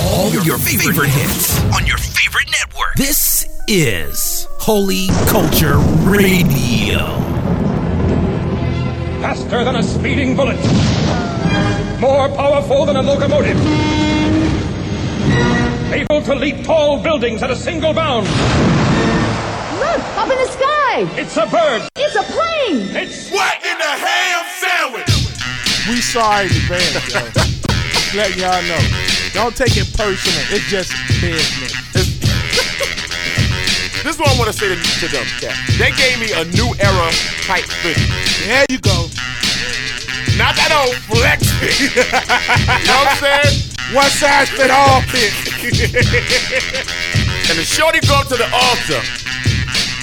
all your favorite hits on your favorite network. This is Holy Culture Radio. Faster than a speeding bullet. More powerful than a locomotive. Able to leap tall buildings at a single bound. Look, up in the sky! It's a bird. It's a plane! It's What in the ham sandwich? We sorry in advance, yo. Just letting y'all know. Don't take it personal. It's just business. This is what I want to say to, to them. Cat. They gave me a new era type thing. There you go. Not that old flex thing. you know what I'm saying? One size fit all fit. And the shorty go up to the altar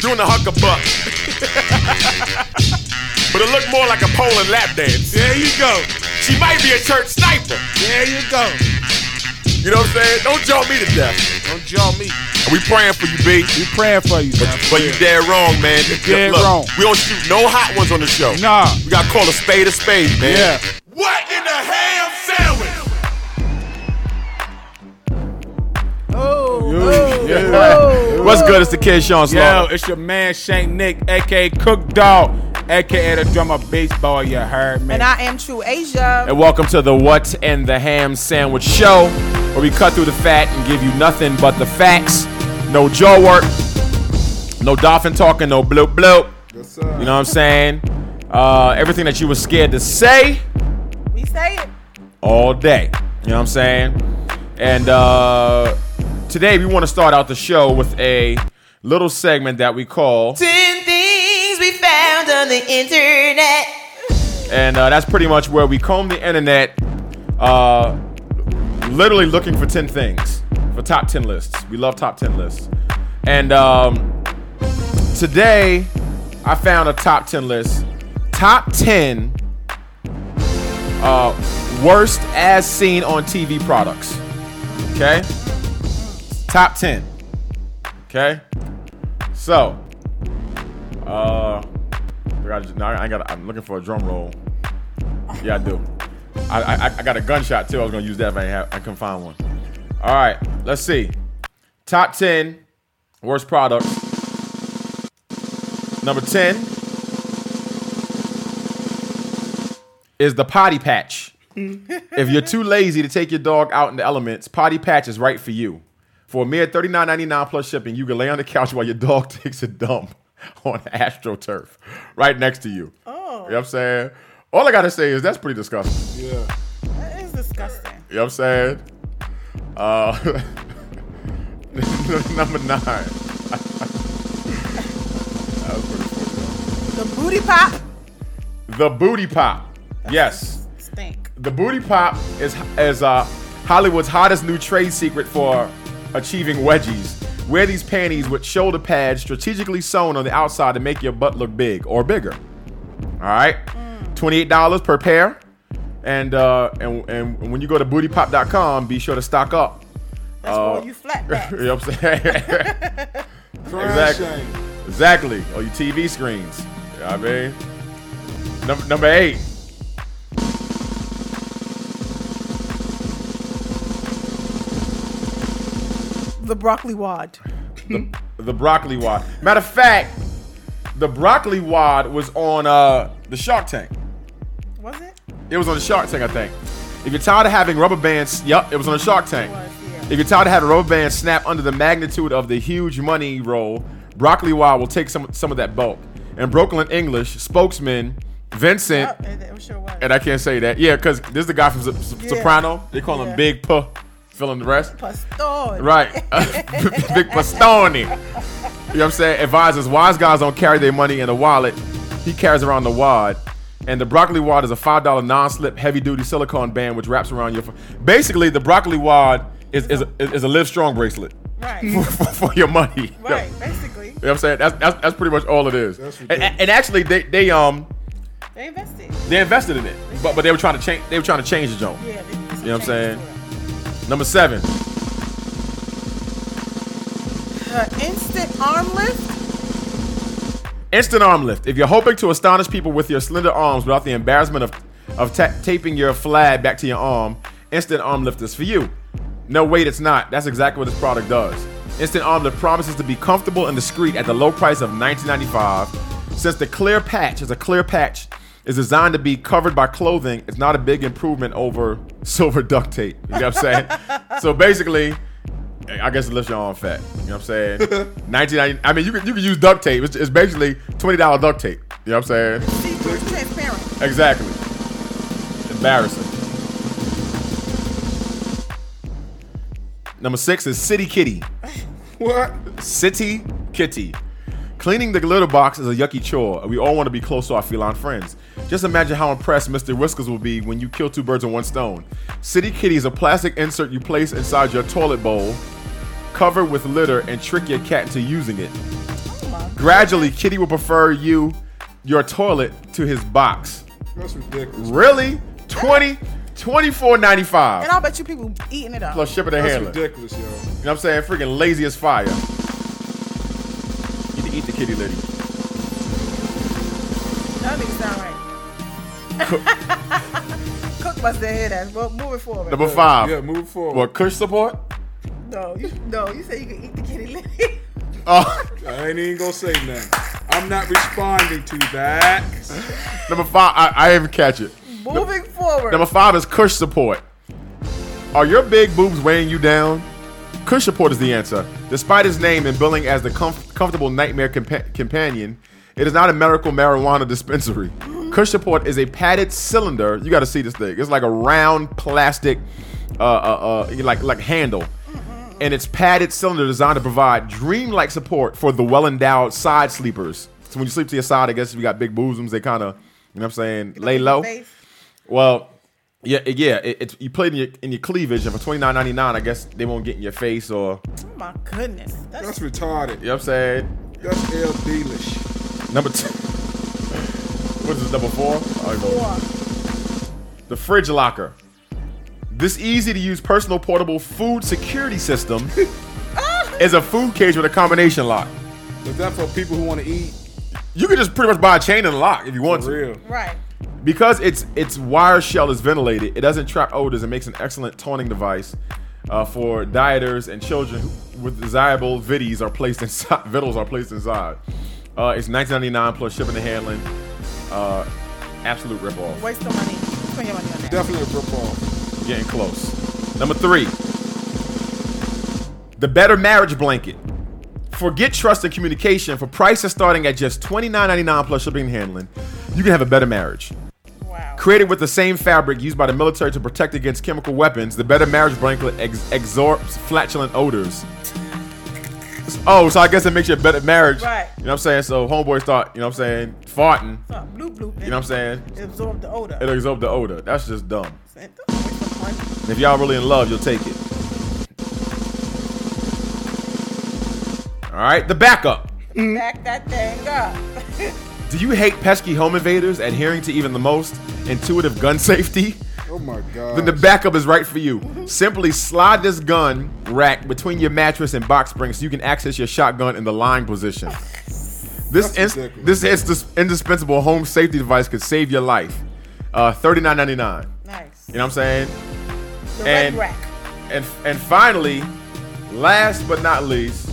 doing the hucker buck. but it looked more like a pole and lap dance. There you go. She might be a church sniper. There you go. You know what I'm saying? Don't jump me to death. Don't jaw me. And we praying for you, B. We praying for you, But, man. but you dead wrong, man. You dead wrong. We don't shoot no hot ones on the show. Nah. We gotta call a spade a spade, man. Yeah. What in the ham sandwich? Oh, What's good? It's the Kid Sean Yo, Slaughter. it's your man Shank Nick, aka Cook Dog, aka the drummer baseball. You heard me. And I am True Asia. And welcome to the What in the Ham Sandwich Show, where we cut through the fat and give you nothing but the facts. No jaw work, no dolphin talking, no bloop bloop. You know what I'm saying? Uh, everything that you were scared to say We say it. all day. You know what I'm saying? And uh, today we want to start out the show with a little segment that we call, 10 things we found on the internet. and uh, that's pretty much where we comb the internet, uh, literally looking for 10 things for top 10 lists. We love top 10 lists. And um, today I found a top 10 list. Top 10 uh, worst as seen on TV products. Okay? Top 10. Okay? So, uh, I gotta- no, I got. I'm looking for a drum roll. Yeah, I do. I, I I got a gunshot too. I was gonna use that, but I ain't have, I couldn't find one. All right, let's see. Top ten worst products. Number ten is the potty patch. if you're too lazy to take your dog out in the elements, potty patch is right for you. For a mere $39.99 plus shipping, you can lay on the couch while your dog takes a dump on AstroTurf right next to you. Oh. You know what I'm saying? All I gotta say is that's pretty disgusting. yeah. That is disgusting. You know what I'm saying? Uh, number nine. that was pretty funny. The booty pop The booty pop. Yes. stink. The booty pop is is uh, Hollywood's hottest new trade secret for achieving wedgies. Wear these panties with shoulder pads strategically sewn on the outside to make your butt look big or bigger. All right, twenty-eight dollars per pair, and uh, and and when you go to bootypop.com, be sure to stock up. Uh, That's for all you you flatbacks. know what I'm saying? Exactly. Exactly. Or your TV screens. You know what I mean? Number, number eight. The broccoli wad. the broccoli wad. Matter of fact, the broccoli wad was on uh, the Shark Tank. Was it? It was on the Shark Tank, I think. If you're tired of having rubber bands, yup, it was on the Shark Tank. was, yeah. If you're tired of having rubber bands snap under the magnitude of the huge money roll, broccoli wad will take some some of that bulk. In Brooklyn English, spokesman Vincent, Oh, it, it sure was. and I can't say that, yeah, because this is the guy from Sop- Sop- Yeah. Soprano. They call him Yeah. Big Puh, filling the rest. Pastor. Right. Big Pastone. You know what I'm saying? Advisors, wise guys don't carry their money in a wallet. He carries around the wad. And the broccoli wad is a $5 non slip, heavy duty silicone band which wraps around your. Basically, the broccoli wad is, is, a, is a Live Strong bracelet for, Right. for, for your money. Right. Basically, You know what I'm saying? That's, that's, that's pretty much all it is. That's And, and and actually, they, they um they invested. they invested in it, but, but they were trying to change they were trying to change the joint. Yeah. They, you know what I'm saying? Number seven, The instant arm lift. Instant arm lift. If you're hoping to astonish people with your slender arms without the embarrassment of, of ta- taping your flag back to your arm, instant arm lift is for you. No, wait, it's not. That's exactly what this product does. Instant Omelet promises to be comfortable and discreet at the low price of $19.95. Since the clear patch is a clear patch, is designed to be covered by clothing, it's not a big improvement over silver duct tape. You know what I'm saying? so basically, I guess it lifts your arm fat. You know what I'm saying? 1990. I mean, you can you can use duct tape. It's, it's basically twenty dollar duct tape. You know what I'm saying? See, it's transparent. Exactly. Embarrassing. Number six is City Kitty. What? City Kitty. Cleaning the glitter box is a yucky chore, and we all want to be close to our feline friends. Just imagine how impressed Mr. Whiskers will be when you kill two birds with one stone. City Kitty is a plastic insert you place inside your toilet bowl, cover with litter, and trick your cat into using it. Gradually, Kitty will prefer you, your toilet, to his box. That's ridiculous. Really? 20? And 24.95 I bet you people eating it up. plus shipping and That's handling. ridiculous, yo. You know what I'm saying? Freaking lazy as fire. Need to eat the kitty lady. That nigga sound right. Cook must have heard that. Well, moving forward. Number five. Yeah, move forward. What, Kush support? No, you, no, you said you could eat the kitty lily. Oh, I ain't even gonna say nothing. I'm not responding to that. number five. I, I didn't even catch it. moving forward. Number five is Kush support. Are your big boobs weighing you down? Kush support is the answer. Despite his name and billing as the comf- comfortable nightmare compa- companion, it is not a medical marijuana dispensary. Kush support is a padded cylinder. You got to see this thing. It's like a round plastic, uh, uh, uh, like like handle, and it's padded cylinder designed to provide dreamlike support for the well-endowed side sleepers. So when you sleep to your side, I guess if you got big bosoms, they kind of, you know what I'm saying, lay low. Face. Well, yeah, it- yeah. It, it, you played in your in your cleavage, and for twenty nine ninety nine, I guess they won't get in your face or you Oh my goodness. That's, That's retarded. know what I'm saying. That's LDish. Number two. What is this? Number four. I don't know. four. The fridge locker. This easy to use personal portable food security system ah. is a food cage with a combination lock. Is that for people who want to eat? You can just pretty much buy a chain and a lock if you want For to. real. Right. Because its its wire shell is ventilated, it doesn't trap odors and makes an excellent toning device uh, for dieters and children who- with desirable vitties are placed inside. Vittles are placed inside. Uh, it's 19.99 plus shipping and handling. Uh, absolute ripoff. Waste of money. Spend your money on that. Definitely a rip off. Getting close. Number three, the better marriage blanket. Forget trust and communication for prices starting at just $29.99 plus shipping and handling. You can have a better marriage. Wow. Created with the same fabric used by the military to protect against chemical weapons, the Better Marriage Blanket ex- exorbs flatulent odors. Oh, so I guess it makes you a better marriage. Right. You know what I'm saying? So homeboys start, you know what I'm saying, farting. So, bloop bloop. You know what I'm saying? Absorb the odor. It'll absorb the odor. That's just dumb. That's a waste of money. And if y'all really in love, you'll take it. All right, the backup. Back that thing up. Do you hate pesky home invaders adhering to even the most intuitive gun safety? Oh my god. then the backup is right for you. Simply slide this gun rack between your mattress and box spring so you can access your shotgun in the lying position. This That's ins- ridiculous. this is indispensable home safety device could save your life. Uh, Thirty nine ninety nine. nice. You know what I'm saying? the and- red rack. And and finally, last but not least,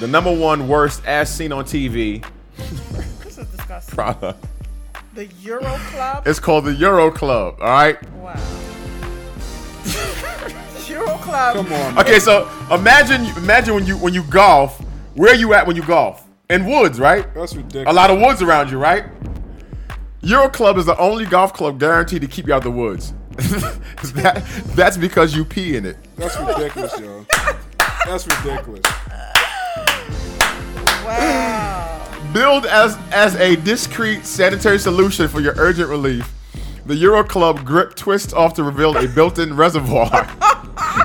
the number one worst as seen on TV This is disgusting. product. the Euro Club. It's called the Euro Club. All right. wow. Euro Club. Come on. man. Okay. So imagine, imagine when you when you golf, where you at when you golf? In woods, right? That's ridiculous. A lot of woods around you, right? Euro Club is the only golf club guaranteed to keep you out of the woods. that, that's because you pee in it. That's ridiculous, yo. That's ridiculous. Wow. Billed as as a discreet sanitary solution for your urgent relief, the Euro Club grip twists off to reveal a built-in reservoir.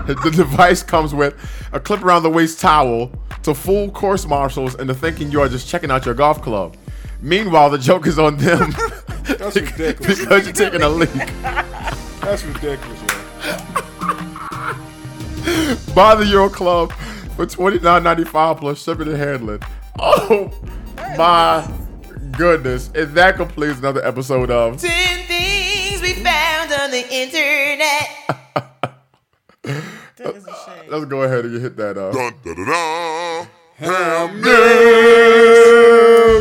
the device comes with a clip around the waist towel to fool course marshals into thinking you are just checking out your golf club. Meanwhile, the joke is on them That's ridiculous. because you're taking a leak. That's ridiculous, yo. Buy the Euro Club for $29.95 plus shipping and handling. Oh my goodness. And that completes another episode of Ten things we found on the internet. That is a shame. Let's go ahead and hit that uh, up. Dun, dun, dun, dun.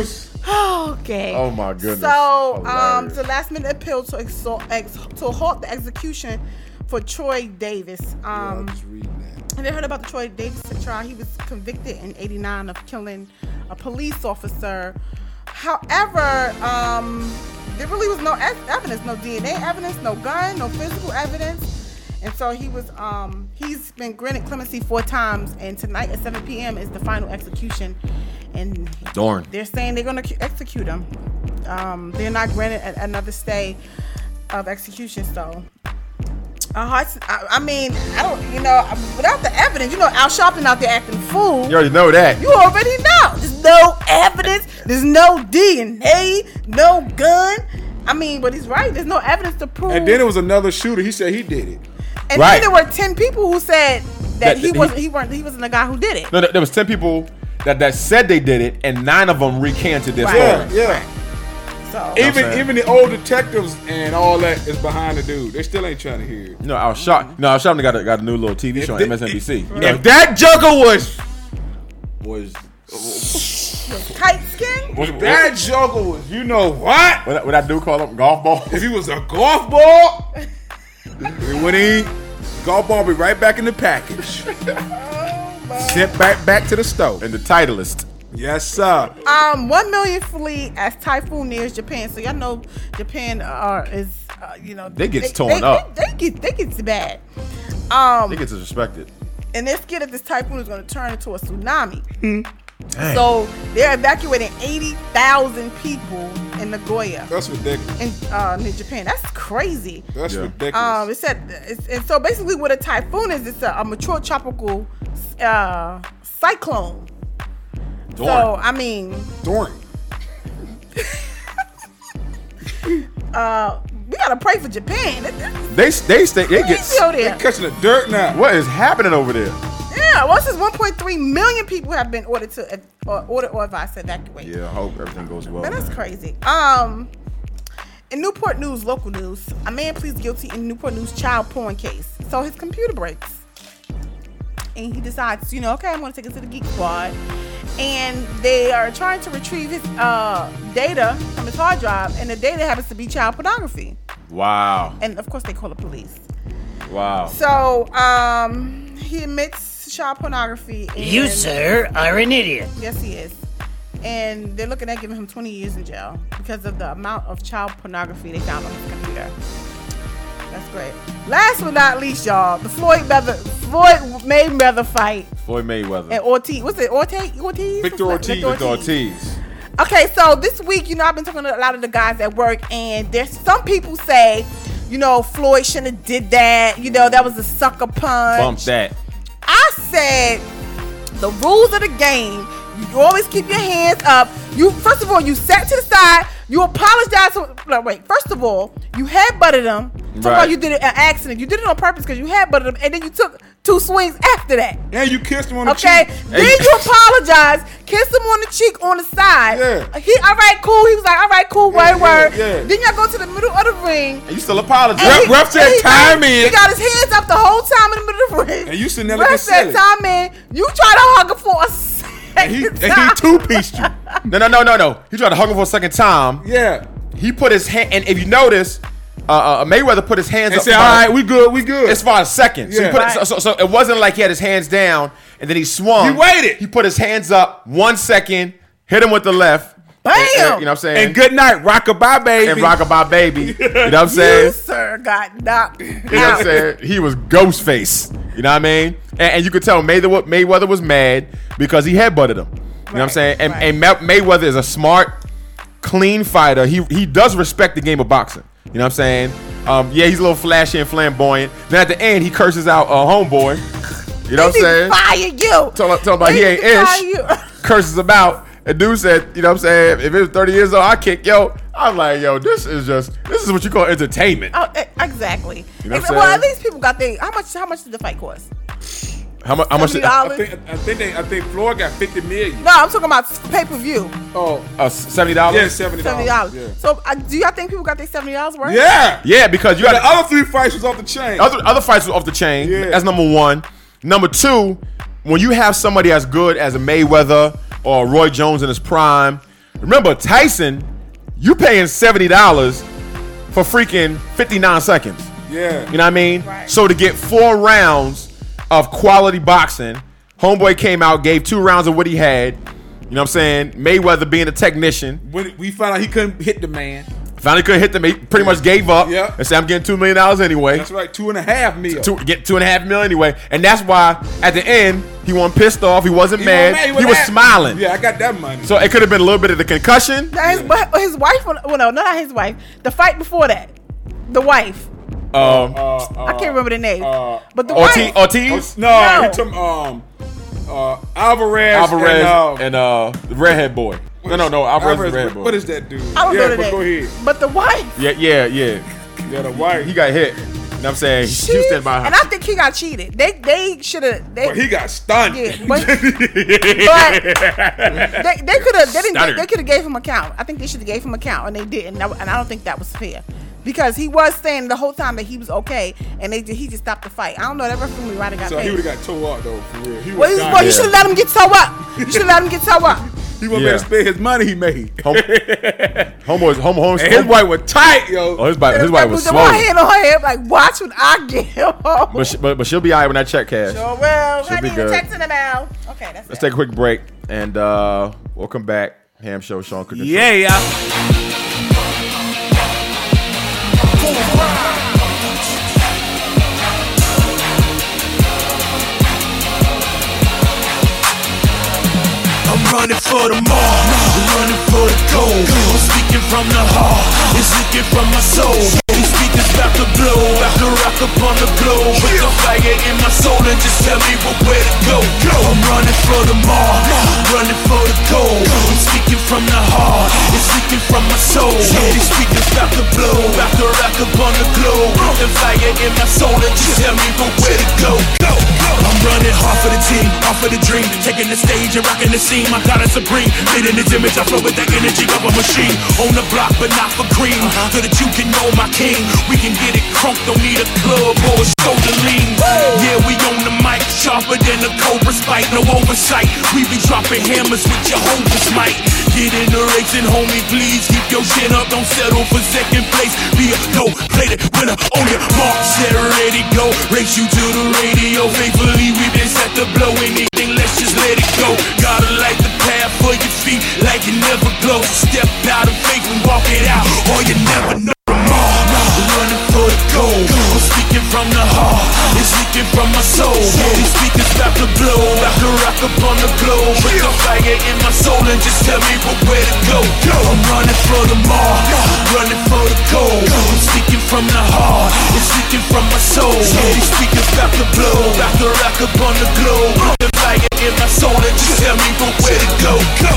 Okay. Oh my goodness. So, um, Hilarious. the last minute appeal to exalt, ex, to halt the execution for Troy Davis. Um, Just reading that. Have you heard about the Troy Davis trial? He was convicted in '89 of killing a police officer. However, um, there really was no ev- evidence, no DNA evidence, no gun, no physical evidence, and so he was. Um, he's been granted clemency four times, and tonight at 7 p.m. is the final execution. And Darn. they're saying they're going to execute him. Um, they're not granted a- another stay of execution, so uh, Hudson, I, I mean, I don't, you know, without the evidence, you know, Al Sharpton out there acting fool. You already know that. You already know. There's no evidence. There's no DNA. No gun. I mean, but he's right. There's no evidence to prove. And then it was another shooter. He said he did it. And Right. then there were ten people who said that, That- he that he- wasn't. He, weren't. He wasn't the guy who did it. No, there there was ten people that, that said they did it, and nine of them recanted their Yeah, story. yeah. So Even saying. even the old detectives and all that is behind the dude. They still ain't trying to hear it. No, I was shocked. No, I was shocked. They got a, got a new little TV show on the- MSNBC. if- If that Joker was Boys, tight skin. what, That joker was, you know what? what, what I do call him golf ball. If he was a golf ball, it went in. Golf ball be right back in the package. Sent back back to the stove. and the titleist. Yes, sir. Um, one million flee as typhoon nears Japan. So y'all know Japan are is uh, you know They gets torn up. They, they get they gets bad. Um, He gets disrespected. and they're scared that this typhoon is going to turn into a tsunami. So they're evacuating 80,000 people in Nagoya, That's ridiculous. in, uh, in Japan. That's crazy. That's Yeah. ridiculous. Um, it said, it's, and so basically, what a typhoon is, it's a, a mature tropical uh, cyclone. So Darn. I mean, Doink. we gotta pray for Japan. It- it's They they stay. They get. crazy over They there. catching the dirt now. What is happening over there? Yeah, well, it says 1.3 million people have been ordered to uh, ordered or advised to evacuate. Yeah, I hope everything goes well. Man, that's crazy. Um, in Newport News, local news, a man pleads guilty in Newport News child porn case. So his computer breaks, and he decides, you know, okay, I'm going to take it to the Geek Squad, and they are trying to retrieve his uh, data from his hard drive, and the data happens to be child pornography, Wow, and of course they call the police. wow. So um, he admits child pornography. And You, sir, are an idiot. Yes, he is. And they're looking at giving him 20 years in jail because of the amount of child pornography they found on his computer. That's great. Last but not least, y'all, the Floyd Mayweather, Floyd Mayweather fight Floyd Mayweather, and Ortiz. What's it? Ortiz? Ortiz? Victor What's that? Ortiz. Victor Ortiz. Okay, so this week, you know, I've been talking to a lot of the guys at work, and there's some people say, you know, Floyd shouldn't have did that. You know, that was a sucker punch. Bump that. I said the rules of the game. You always keep your hands up. You first of all, you sat to the side. You apologized. To, no, wait. First of all, you headbutted him. Talk Right. about you did it an accident. You did it on purpose because you headbutted him, and then you took two swings after that. And you kissed him on the Okay. cheek. Then you apologize. Kiss him on the cheek on the side. Yeah. He all right, cool. He was like, all right, cool, Yeah, yeah, word, word. yeah. Then y'all go to the middle of the ring. And you still apologize. And Ref- he- ref said and he got- time in. He got his hands up the whole time in the middle of the ring. And you sitting there Ref looking said silly. time in. You try to hug him for a second. And he, and time. he two pieced you. no, no, no, no, no. He tried to hug him for a second time. Yeah. He put his hand, and if you notice, uh, uh, Mayweather put his hands And up. say, all for- right, we good, we good. It's for a second. So, he Yeah. put it, Right. so, so, so it wasn't like he had his hands down and then he swung. He waited. He put his hands up one second, hit him with the left. Bam! And- and- you know what I'm saying? and good night, rockabye baby. And rock about baby. You know what I'm You, saying? sir, got knocked You know what I'm out. saying? He was ghost face. You know what I mean? And, and you could tell Mayweather, Mayweather was mad because he headbutted him. You know what I'm Right, saying? And, right. and Ma- Mayweather is a smart, clean fighter. He he does respect the game of boxing. You know what I'm saying? Um, yeah, he's a little flashy and flamboyant. Then at the end, he curses out a uh, homeboy. You know what I'm They saying? Fire you. Tell him, tell him about They he ain't fire ish. Curses him out. And dude said, you know what I'm saying? If it was 30 years old, I kick yo. I'm like, yo, this is just this is what you call entertainment. Oh, e- exactly. You know what I'm well, saying? at least people got their. How much? How much did the fight cost? How much? How much? Did, $70. I think I think they, I think Floyd got fifty million. No, I'm talking about pay per view. Oh, uh, seventy dollars. yeah, seventy Seventy dollars. dollars. Yeah. So, uh, do y'all think people got their seventy dollars worth? yeah. Yeah, because you got The other three fights was off the chain. other other fights was off the chain. Yeah. That's number one. Number two, when you have somebody as good as a Mayweather or Roy Jones in his prime, remember Tyson, you paying seventy dollars for freaking fifty nine seconds. yeah. You know what I mean? Right. So to get four rounds of quality boxing, Homeboy came out, gave two rounds of what he had. You know what I'm saying? Mayweather being a technician, when we found out he couldn't hit the man. finally couldn't hit them. He pretty much gave up Yeah. and said, "I'm getting two million dollars anyway." That's right, two and a half mil. two, get two and a half million anyway. And that's why at the end he wasn't pissed off. He wasn't He mad. wasn't mad, He, wasn't was happy. smiling. Yeah, I got that money. So it could have been a little bit of the concussion. Now his, but his wife, well, no, not his wife. The fight before that, the wife. Um, I can't remember the name, uh, but the Ortiz, wife. Ortiz, no, No. he took um uh Alvarez, Alvarez, and, uh, and uh, the redhead boy. No, no, no, Alvarez, and the redhead boy. What is that dude? I don't yeah, know the but name. go ahead. But the wife. Yeah, yeah, yeah. Yeah, the white. He got hit. You know what I'm saying? she- She was standing by her. and I think he got cheated. They they should have. They, but he got stunned. Yeah, but, but they, they could have they didn't Stutter. they could have gave him a count. I think they should have gave him a count and they didn't. And I- and I don't think that was fair because he was saying the whole time that he was okay and they ju- he just stopped the fight. I don't know that referee might have got so he paid. would have got tore up though, for real. He well, was you- dying. well, you should have let him get toe up. You should have let him get toe up. He wasn't Yeah. to spend his money he made. Home, homeboys, home, home, And his wife was tight, yo. Oh, his wife, his wife was With my slow. hand on her head, like watch what I get. But, she, but but she'll be alright when that check cash. oh well, She'll be honey, the good. checks in the mail. Okay, that's Let's it. take a quick break and uh we'll come back. Ham show, Sean Cooker. Show. yeah. I'm running for the mall, running for the gold. I'm speaking from the heart, it's leaking from my soul. These speakers about to blow, about to rock upon the globe. With the fire in my soul, and just tell me where, where to go. I'm running for the mall, running for the gold. I'm speaking from the heart, it's leaking from my soul. These speakers about to blow, about to rock upon the globe. With the fire in my soul, and just tell me where, where to go. I'm running hard for the team, hard for the dream. Taking the stage and rocking the scene. My God is supreme. Fit in this image, I flow with that energy of a machine. On the block, but not for cream. So that you can know my king. We can get it crunk, don't need a club or a shoulder lean. Yeah, we on the mic, sharper than a cobra spike. No oversight. We be dropping hammers with your hopeless might. Get in the racing, homie, please. Keep your chin up, don't settle for second place. Be a go, play the winner on your mark. Set, ready, go. Race you to the radio. Faithfully, we've been set to blow anything. Let's just let it go. Gotta light the path for your feet like you never glow. Step out of faith and walk it out, or you never know. Running for the gold, I'm speaking from the heart. It's leaking from my soul. These speakers about to blow, about to rock upon the globe. With the fire in my soul, and just tell me where- where to go. I'm running for the mall, running for the gold. I'm speaking from the heart, it's leaking from my soul. These speakers about to blow, about to rock upon the globe. With the fire in my soul, and just tell me where to go.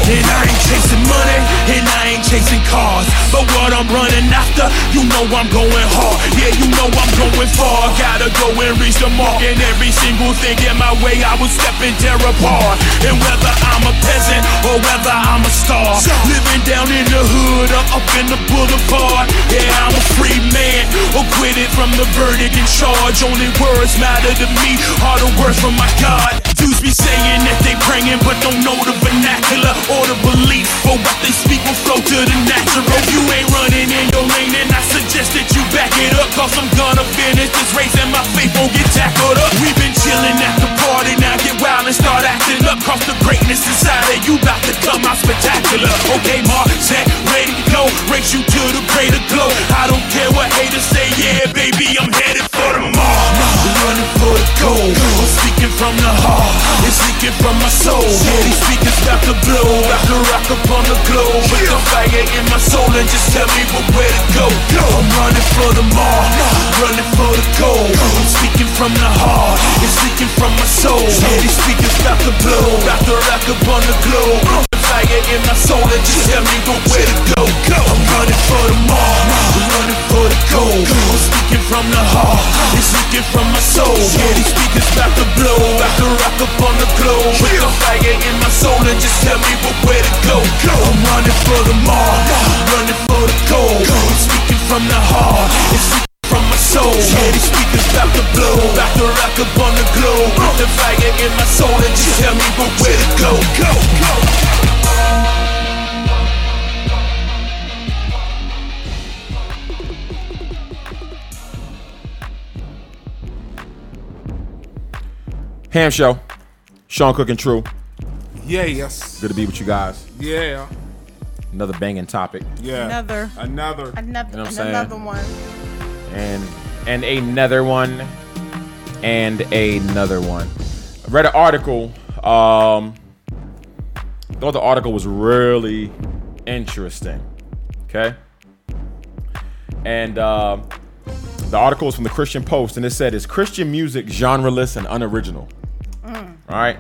And I ain't chasing money, and I ain't chasing cars. But what I'm running after, you know I'm going hard. Yeah, you know I'm going far. Gotta go and reach the mark. And every single thing in my way, I will step and tear apart. And whether I'm a peasant or whether I'm a star, living down in the hood or up in the boulevard. Yeah, I'm a free man, acquitted from the verdict and charge. Only words matter to me, are the words from my God. Dudes be saying that they praying, but don't know the vernacular or the belief. But what they speak will flow to the natural. If you ain't running in your lane, then I suggest that you back it up. Cause I'm gonna finish this race and my faith won't get tackled up. We've been chilling at the party, now get wild and start acting up. Cause the greatness inside of you about to come out spectacular. Okay, Mark, set, ready, go. Race you to the greater glow. I don't care what haters say, yeah, baby, I'm headed for the mall. Running for the gold. I'm speaking from the heart. It's leaking from my soul. These speakers about to blow. About to rock upon the globe. With the fire in my soul and just tell me where- where to go. I'm running for the mall. Running for the gold. I'm speaking from the heart. It's leaking from my soul. These speakers about to blow. About to rock upon the globe. With the Fire in my soul and just tell me where to go. I'm running for the mall, running for the gold. I'm speaking from the heart, it's leaking from my soul. Yeah, these speakers about to blow, about to rock Somebody just tell me wh- where to go. I'm running for the mall, running for the gold. I'm speaking from the heart, it's speaking from my soul. Yeah, these speakers about to blow, about to rock up on the globe. With the fire in my soul, and just tell me wh- where to go. Go, go. Ham show. Sean Cook and True. Yeah, yes. Good to be with you guys. Yeah. Another banging topic. Yeah. Another. Another. Another, You know what I'm and saying? another one. and and another one and another one I read an article um thought the article was really interesting okay and uh, the article is from the christian post and it said is christian music genreless and unoriginal all right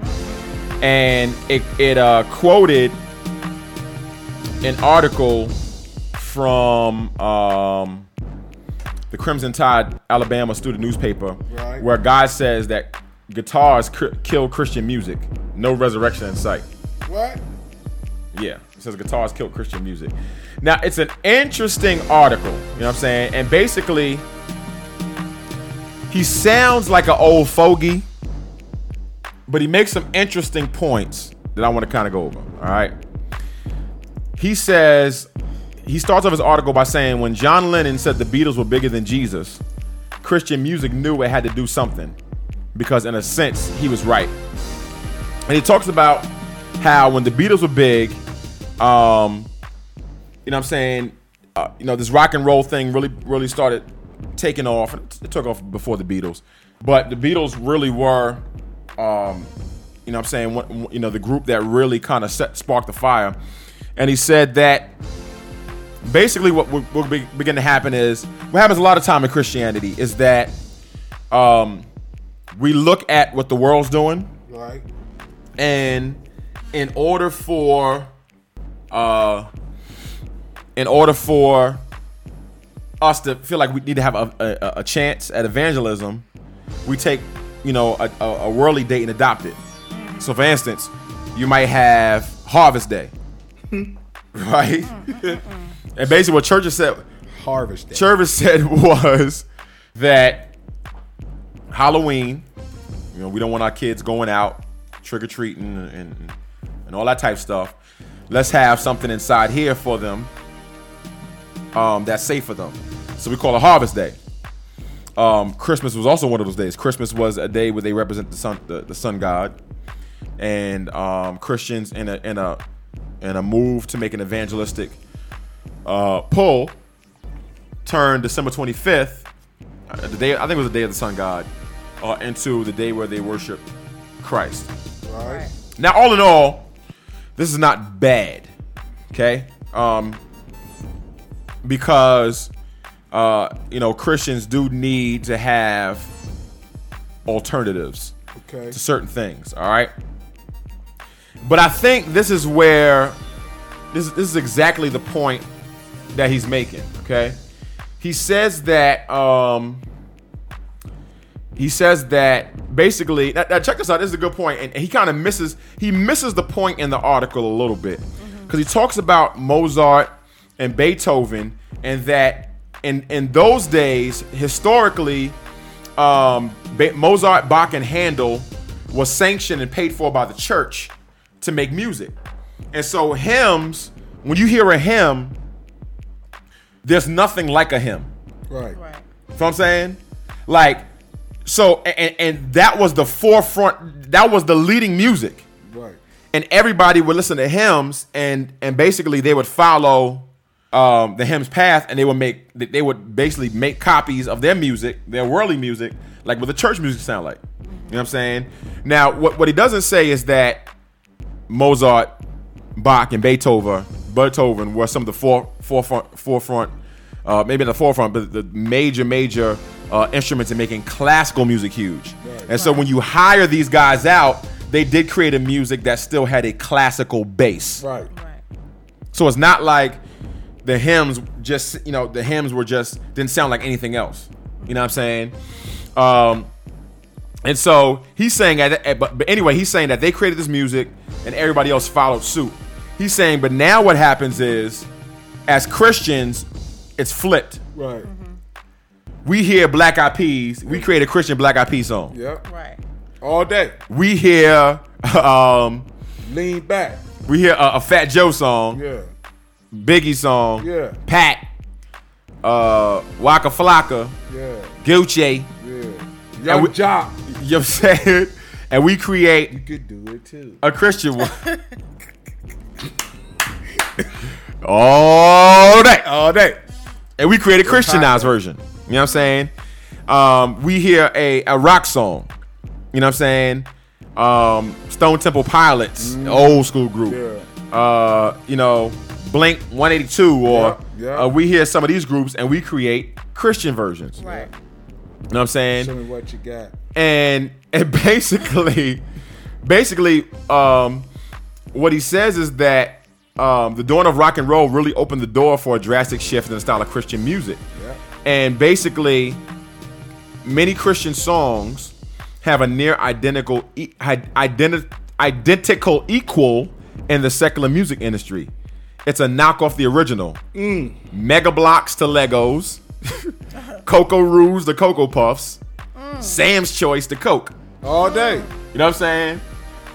and it, it uh, quoted an article from um, the Crimson Tide, Alabama student newspaper, Right. where a guy says that guitars cr- kill Christian music, no resurrection in sight. What? Yeah, it says guitars kill Christian music. Now, it's an interesting article, you know what I'm saying? And basically, he sounds like an old fogey, but he makes some interesting points that I want to kind of go over, all right? He says, he starts off his article by saying, when John Lennon said the Beatles were bigger than Jesus, Christian music knew it had to do something because, in a sense, he was right and he talks about how when the Beatles were big, um, you know, what I'm saying, uh, you know, this rock and roll thing really, really started taking off. It took off before the Beatles, but the Beatles really were, um, you know, what I'm saying, one, you know, the group that really kind of set, sparked the fire. And he said that basically what will, will be, begin to happen is what happens a lot of time in Christianity is that um, we look at what the world's doing Right. and in order for uh in order for us to feel like we need to have a, a, a chance at evangelism we take you know a, a, a worldly date and adopt it so for instance you might have harvest day right and basically what churches said Harvest. Day. Churvis said was that Halloween, you know, we don't want our kids going out trick or treating and, and and all that type of stuff. Let's have something inside here for them um, that's safe for them. So we call it Harvest Day. Um, Christmas was also one of those days. Christmas was a day where they represent the sun, the, the sun god, and um, Christians in a in a in a move to make an evangelistic uh, pull turned December 25th, uh, the day I think it was the day of the sun god, uh, into the day where they worship Christ. Right. Now, all in all, this is not bad, okay? Um, because uh, you know Christians do need to have alternatives Okay. to certain things. All right. But I think this is where this, this is exactly the point that he's making. Okay. He says that um he says that basically now, now check this out this is a good point and he kind of misses he misses the point in the article a little bit because he talks about mozart and beethoven and that in in those days historically um, Be- Mozart, Bach, and Handel was sanctioned and paid for by the church to make music. And so hymns, when you hear a hymn, there's nothing like a hymn. Right. Right. You know what I'm saying? Like, so a- and, and that was the forefront, that was the leading music. Right. And everybody would listen to hymns and and basically they would follow um, the hymns path and they would make they would basically make copies of their music, their worldly music, like what the church music sound like. You know what I'm saying? Now what, what he doesn't say is that Mozart, Bach, and Beethoven, Beethoven were some of the fore, forefront, forefront, uh, maybe not the forefront, but the major, major uh, instruments in making classical music huge. And so when you hire these guys out, they did create a music that still had a classical base. Right. Right. So it's not like the hymns just you know the hymns were just didn't sound like anything else. You know what I'm saying? Um, And so he's saying that, at- but, but anyway, he's saying that they created this music and everybody else followed suit. He's saying, but now what happens is, as Christians, it's flipped. Right. We hear Black Eyed Peas, we create a Christian Black Eyed Peas song. Yep. Right. All day. We hear, um, Lean back. we hear a, a Fat Joe song, Yeah. Biggie song, Yeah. Pat, uh, Waka Flocka, Yeah. Gucci. Yeah. And Young we- job. You know what I'm saying? And we create Could do it too. a Christian one. all day, all day, and we create a Christianized version. You know what I'm saying? Um, we hear a, a rock song. You know what I'm saying? Um, Stone Temple Pilots, Mm. old school group. Uh, you know, Blink 182, or Yeah, yeah. Uh, we hear some of these groups and we create Christian versions. Right. You know what I'm saying? Show me what you got. and and basically basically um what he says is that um, the dawn of rock and roll really opened the door for a drastic shift in the style of Christian music. And basically, many Christian songs have a near identical e- i- identi- identical equal in the secular music industry. It's a knockoff the original. Mega blocks to Legos, Coco Roos to Cocoa Puffs, Sam's Choice to Coke. All day. You know what I'm saying?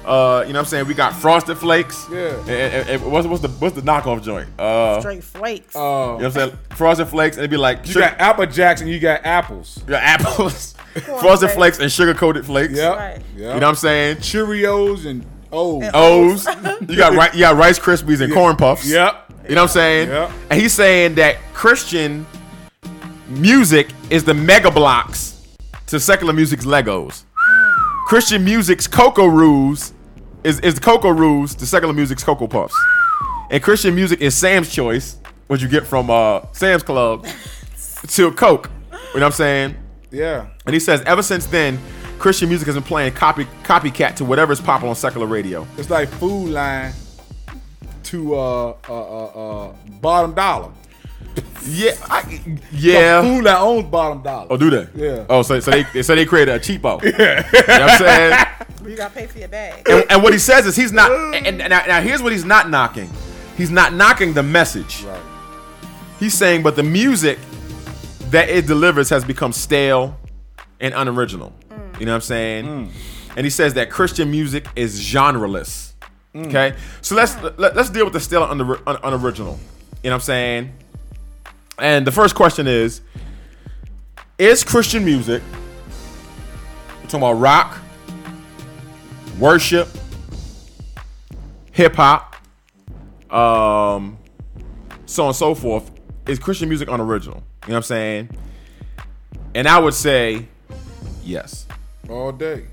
Uh, you know what I'm saying? We got Frosted Flakes. Yeah. And, and- and what's, what's the what's the knockoff joint? Uh, Straight flakes. Uh, you know what I'm saying? Frosted Flakes and it'd be like you sugar- got Apple Jacks and you got apples. your apples, Frosted Cornflakes. Flakes and sugar coated flakes. Yep. Right. Yep. You know what I'm saying? Cheerios and oh. O's. You got ri- you got Rice Krispies and Corn Puffs. Yep. You know what I'm saying? Yep. And he's saying that Christian music is the mega blocks to secular music's Legos. Christian music's Coco Rules is, is the Coco Rules to secular music's Cocoa Puffs. And Christian music is Sam's Choice, what you get from uh, Sam's Club, to Coke. You know what I'm saying? Yeah. And he says, ever since then, Christian music has been playing copy copycat to whatever is popular on secular radio. It's like food line to uh uh uh, uh bottom dollar. Yeah, I, yeah. Food line owns bottom dollar. Oh, do they? Yeah. Oh, so, so they so they created a cheapo. Yeah. You know what I'm saying? you gotta pay for your bag. And, and what he says is he's not. And, and now, now here's what he's not knocking. He's not knocking the message. Right. He's saying, but the music that it delivers has become stale and unoriginal. You know what I'm saying? And he says that Christian music is genreless. Okay, so let's let, let's deal with the stale and unor- un- unoriginal. You know what I'm saying? And the first question is: Is Christian music? We're talking about rock, worship, hip hop, um, so on and so forth. Is Christian music unoriginal? You know what I'm saying? And I would say yes. All day.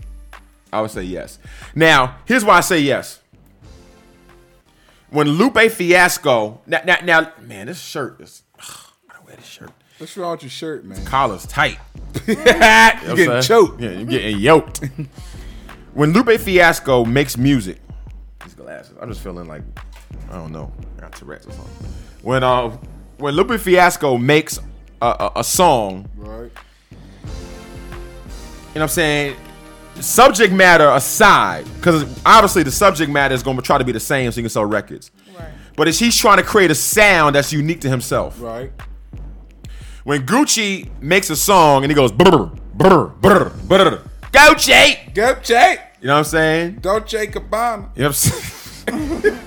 I would say yes. Now, here's why I say yes. When Lupe Fiasco, now, now, now man, this shirt is, I don't wear this shirt. What's wrong with your shirt, man? Collar's tight. you You know getting what I'm choked. saying? Yeah, you're getting yoked. when Lupe Fiasco makes music, these glasses, I'm just feeling like, I don't know, I got Tourette's or something. When uh, when Lupe Fiasco makes a, a, a song, you know Right. what I'm saying? Subject matter aside, because obviously the subject matter is going to try to be the same so he can sell records. Right. But it's, he's trying to create a sound that's unique to himself. Right. When Gucci makes a song and he goes, brr, brr, brr, brr, Gucci! Get Jake. You know what I'm saying? Dolce Cabana. You know what I'm saying?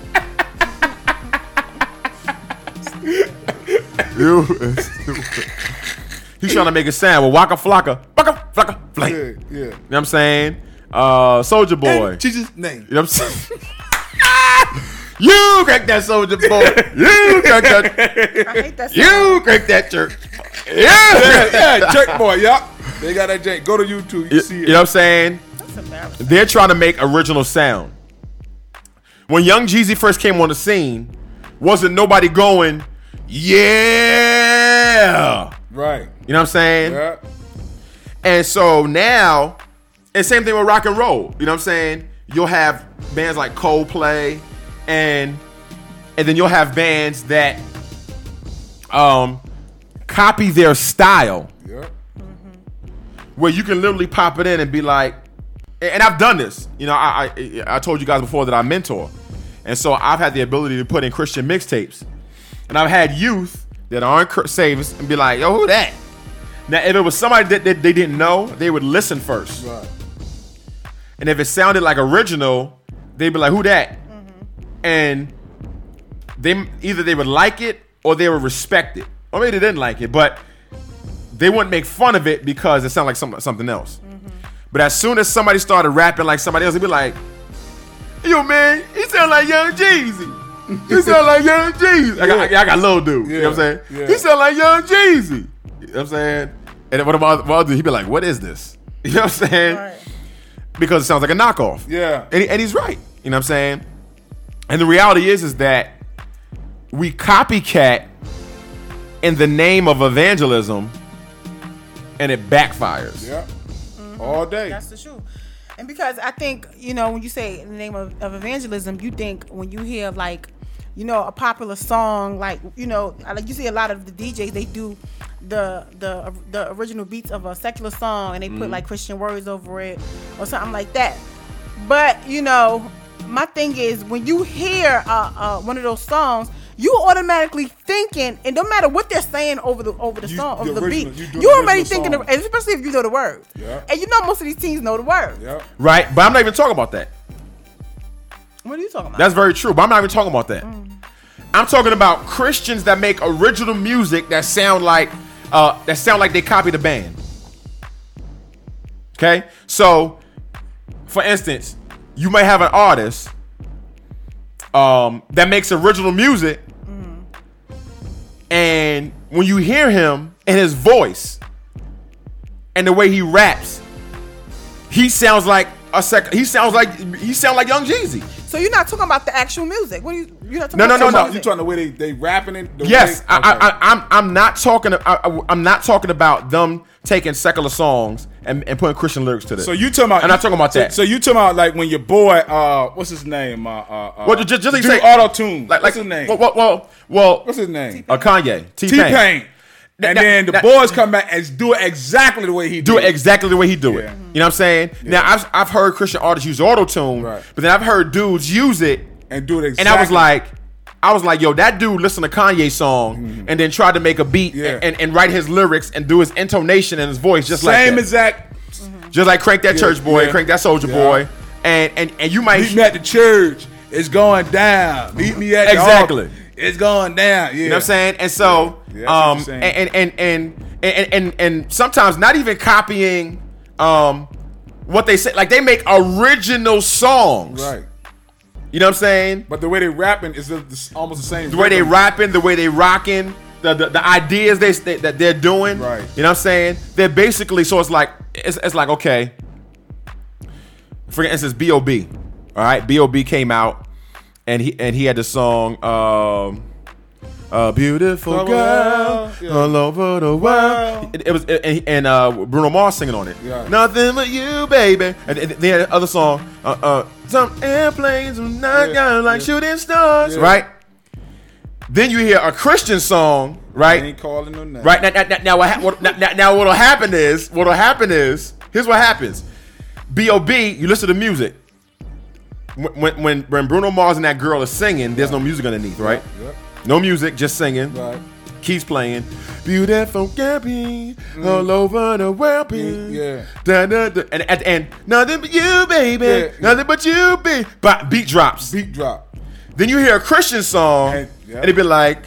You is stupid. He's trying to make a sound with Waka Flocka, Waka Flocka, Flake. Yeah, You know yeah. what I'm saying? Uh, Soldier Boy. In Jesus' name. You know what I'm saying? you crack that Soldier Boy. You crack that. I hate that. You crack that church. You Yeah, crack that- yeah, Jake boy, yup. They got that Jake. Go to YouTube, you see You it. know what I'm saying? That's embarrassing. they're trying to make original sound. When Young Jeezy first came on the scene, wasn't nobody going, yeah. Right. You know what I'm saying? Yeah. And so now, and same thing with rock and roll. You know what I'm saying? You'll have bands like Coldplay, and and then you'll have bands that um copy their style Yeah. where you can literally pop it in and be like, and and I've done this. You know, I, I I told you guys before that I mentor, and so I've had the ability to put in Christian mixtapes, and I've had youth that aren't cr- saved and be like, "Yo, who that?" Now, if it was somebody that, that they didn't know, they would listen first, Right. and if it sounded like original, they'd be like, "Who that?" Mm-hmm. And they either they would like it or they would respect it, or maybe they didn't like it, but they wouldn't make fun of it because it sounded like some, something else. Mm-hmm. But as soon as somebody started rapping like somebody else, they'd be like, "Yo, man, he sound like Young Jeezy. He sound like Young Jeezy. I, got, I, got little dude. You know what I'm saying? Yeah, yeah. He sound like Young Jeezy. You know what I'm saying? And then one of my my other dude, he'd be like, "What is this? You know what I'm saying? Right. Because it sounds like a knockoff. Yeah. And, he- and he's right. You know what I'm saying? And the reality is, is that we copycat in the name of evangelism, and it backfires. Yeah. All day. That's the truth. And because I think, you know, when you say in the name of, of evangelism, you think when you hear like, you know, a popular song, like, you know, I- like you see a lot of the DJs, they do the the the original beats of a secular song and they Mm-hmm. put like Christian words over it or something like that. But, you know, my thing is when you hear uh, uh, one of those songs, you automatically thinking, and no matter what they're saying over the over the You- song, the over the, original- beat, you you, do the already original thinking, of, song. and especially if you know the words. Yeah. And you know most of these teens know the words. Yeah. Right? But I'm not even talking about that. What are you talking about? That's very true. But I'm not even talking about that. I'm talking about Christians that make original music that sound like uh, that sound like they copied a band. Okay, so for instance, you may have an artist um, that makes original music, and when you hear him and his voice and the way he raps, he sounds like a sec. He sounds like he sound like Young Jeezy. so you're not talking about the actual music. What are you? You're not talking No, about no, the no, no. music. You trying the way they they rapping it? The Yes, way I, I, okay. I, I'm. I'm not talking. I, I, I'm not talking about them taking secular songs and, and putting Christian lyrics to them. So you talking about? I'm not talking about so, that. So you talking about like when your boy, uh, what's his name? Uh, uh, uh Well, ju- ju- just like you dude say- auto tune. like, like, what's his name? Well, well, well, well what's his name? Uh, Kanye, T T Pain. Pain. And Now- then the now- boys come back and do it exactly the way he Do did it exactly the way he do it. Yeah. You know what I'm saying? Now I've I've heard Christian artists use auto tune, Right. but then I've heard dudes use it, and do it exactly. and I was like. I was like, yo, that dude listened to Kanye's song and then tried to make a beat Mm-hmm. Yeah. and, and, and write his lyrics and do his intonation and his voice just like same that. exact. Just like crank that Yeah, church boy, yeah. crank that soldier Yeah. boy, and and and you might Meet me at the church. It's going down. Meet me at the Exactly. altar. It's going down. Yeah. You know what I'm saying? And so, Yeah, yeah, I see what um, you're saying. and, and, and, and, and, and, and sometimes not even copying, um, what they say. Like they make original songs. Right. You know what I'm saying? But the way they rapping is the, the- almost the same. The way they rhythm. rapping, the way they rocking, the, the, the ideas they, they that they're doing. Right. You know what I'm saying? They're basically so it's like it's, it's like okay. For instance, B.O.B. All right, B.O.B. came out and he and he had the song um uh, beautiful Flower girl world, yeah. all over the world. World. It, it was and, and uh, Bruno Mars singing on it. Yeah. Nothing but you, baby. And, and they had another song. Uh, uh, some airplanes are not Yeah, gonna like yeah. shooting stars, Yeah. right? Then you hear a Christian song, They ain't right? calling no name. Right now, now, now, now, what, hap- what- now, now- now what'll happen is, what'll happen is, here's what happens. B.O.B., you listen to music. When- When, when, when Bruno Mars and that girl is singing, there's no music underneath, right? Yep. No music, just singing. Right. Keys playing. Beautiful Gabby, all over the world. Mm-hmm. Yeah. Da, da, da. And at the end, nothing but you, baby. Yeah, yeah. Nothing but you, baby. But beat drops. Beat drop. Then you hear a Christian song, And- yeah. and it'd be like,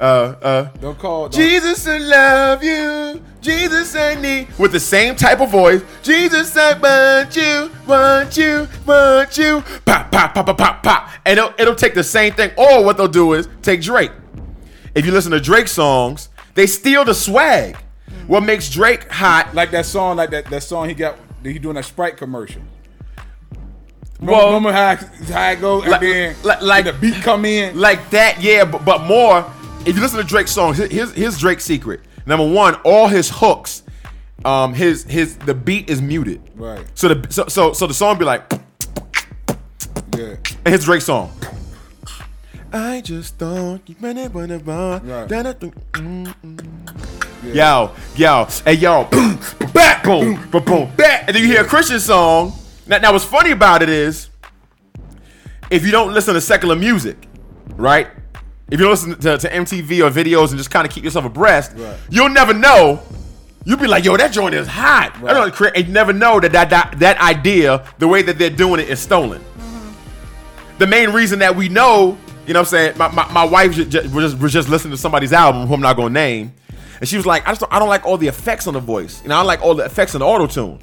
uh, uh, Don't call. Don't. Jesus, I love you. Jesus, I need. With the same type of voice. Jesus, I want you, want you, want you. Pop, pop, pop, pop, pop, pop. And it'll, it'll take the same thing. Or what they'll do is take Drake. If you listen to Drake songs, they steal the swag. What makes Drake hot? Like that song. Like that that song he got. that He doing a Sprite commercial. Well- Remember, remember how I, how I go and Like- then like- like- the beat come in. like that, yeah, but, but more. If you listen to Drake's songs, here- here's here's Drake's secret. Number one, all his hooks, um, his his the beat is muted. Right. So the so so, so the song be like, yeah. and his Drake song. I just don't keep running, running, running, Right. then I think, mm, mm. Yo, yo, hey yo, boom, back, boom, boom, boom, back, and then you hear a Christian song, Now, now what's funny about it is, if you don't listen to secular music, right? If you don't listen to, to MTV or videos and just kind of keep yourself abreast, you'll never know. You'll be like, yo, that joint is hot. I don't cre- and you never know that that, that that idea, the way that they're doing it, is stolen. The main reason that we know, you know what I'm saying, my, my, my wife ju- ju- was, just, was just listening to somebody's album, who I'm not going to name, and she was like, I just don't, I don't like all the effects on the voice. You know, I don't like all the effects on the auto tune.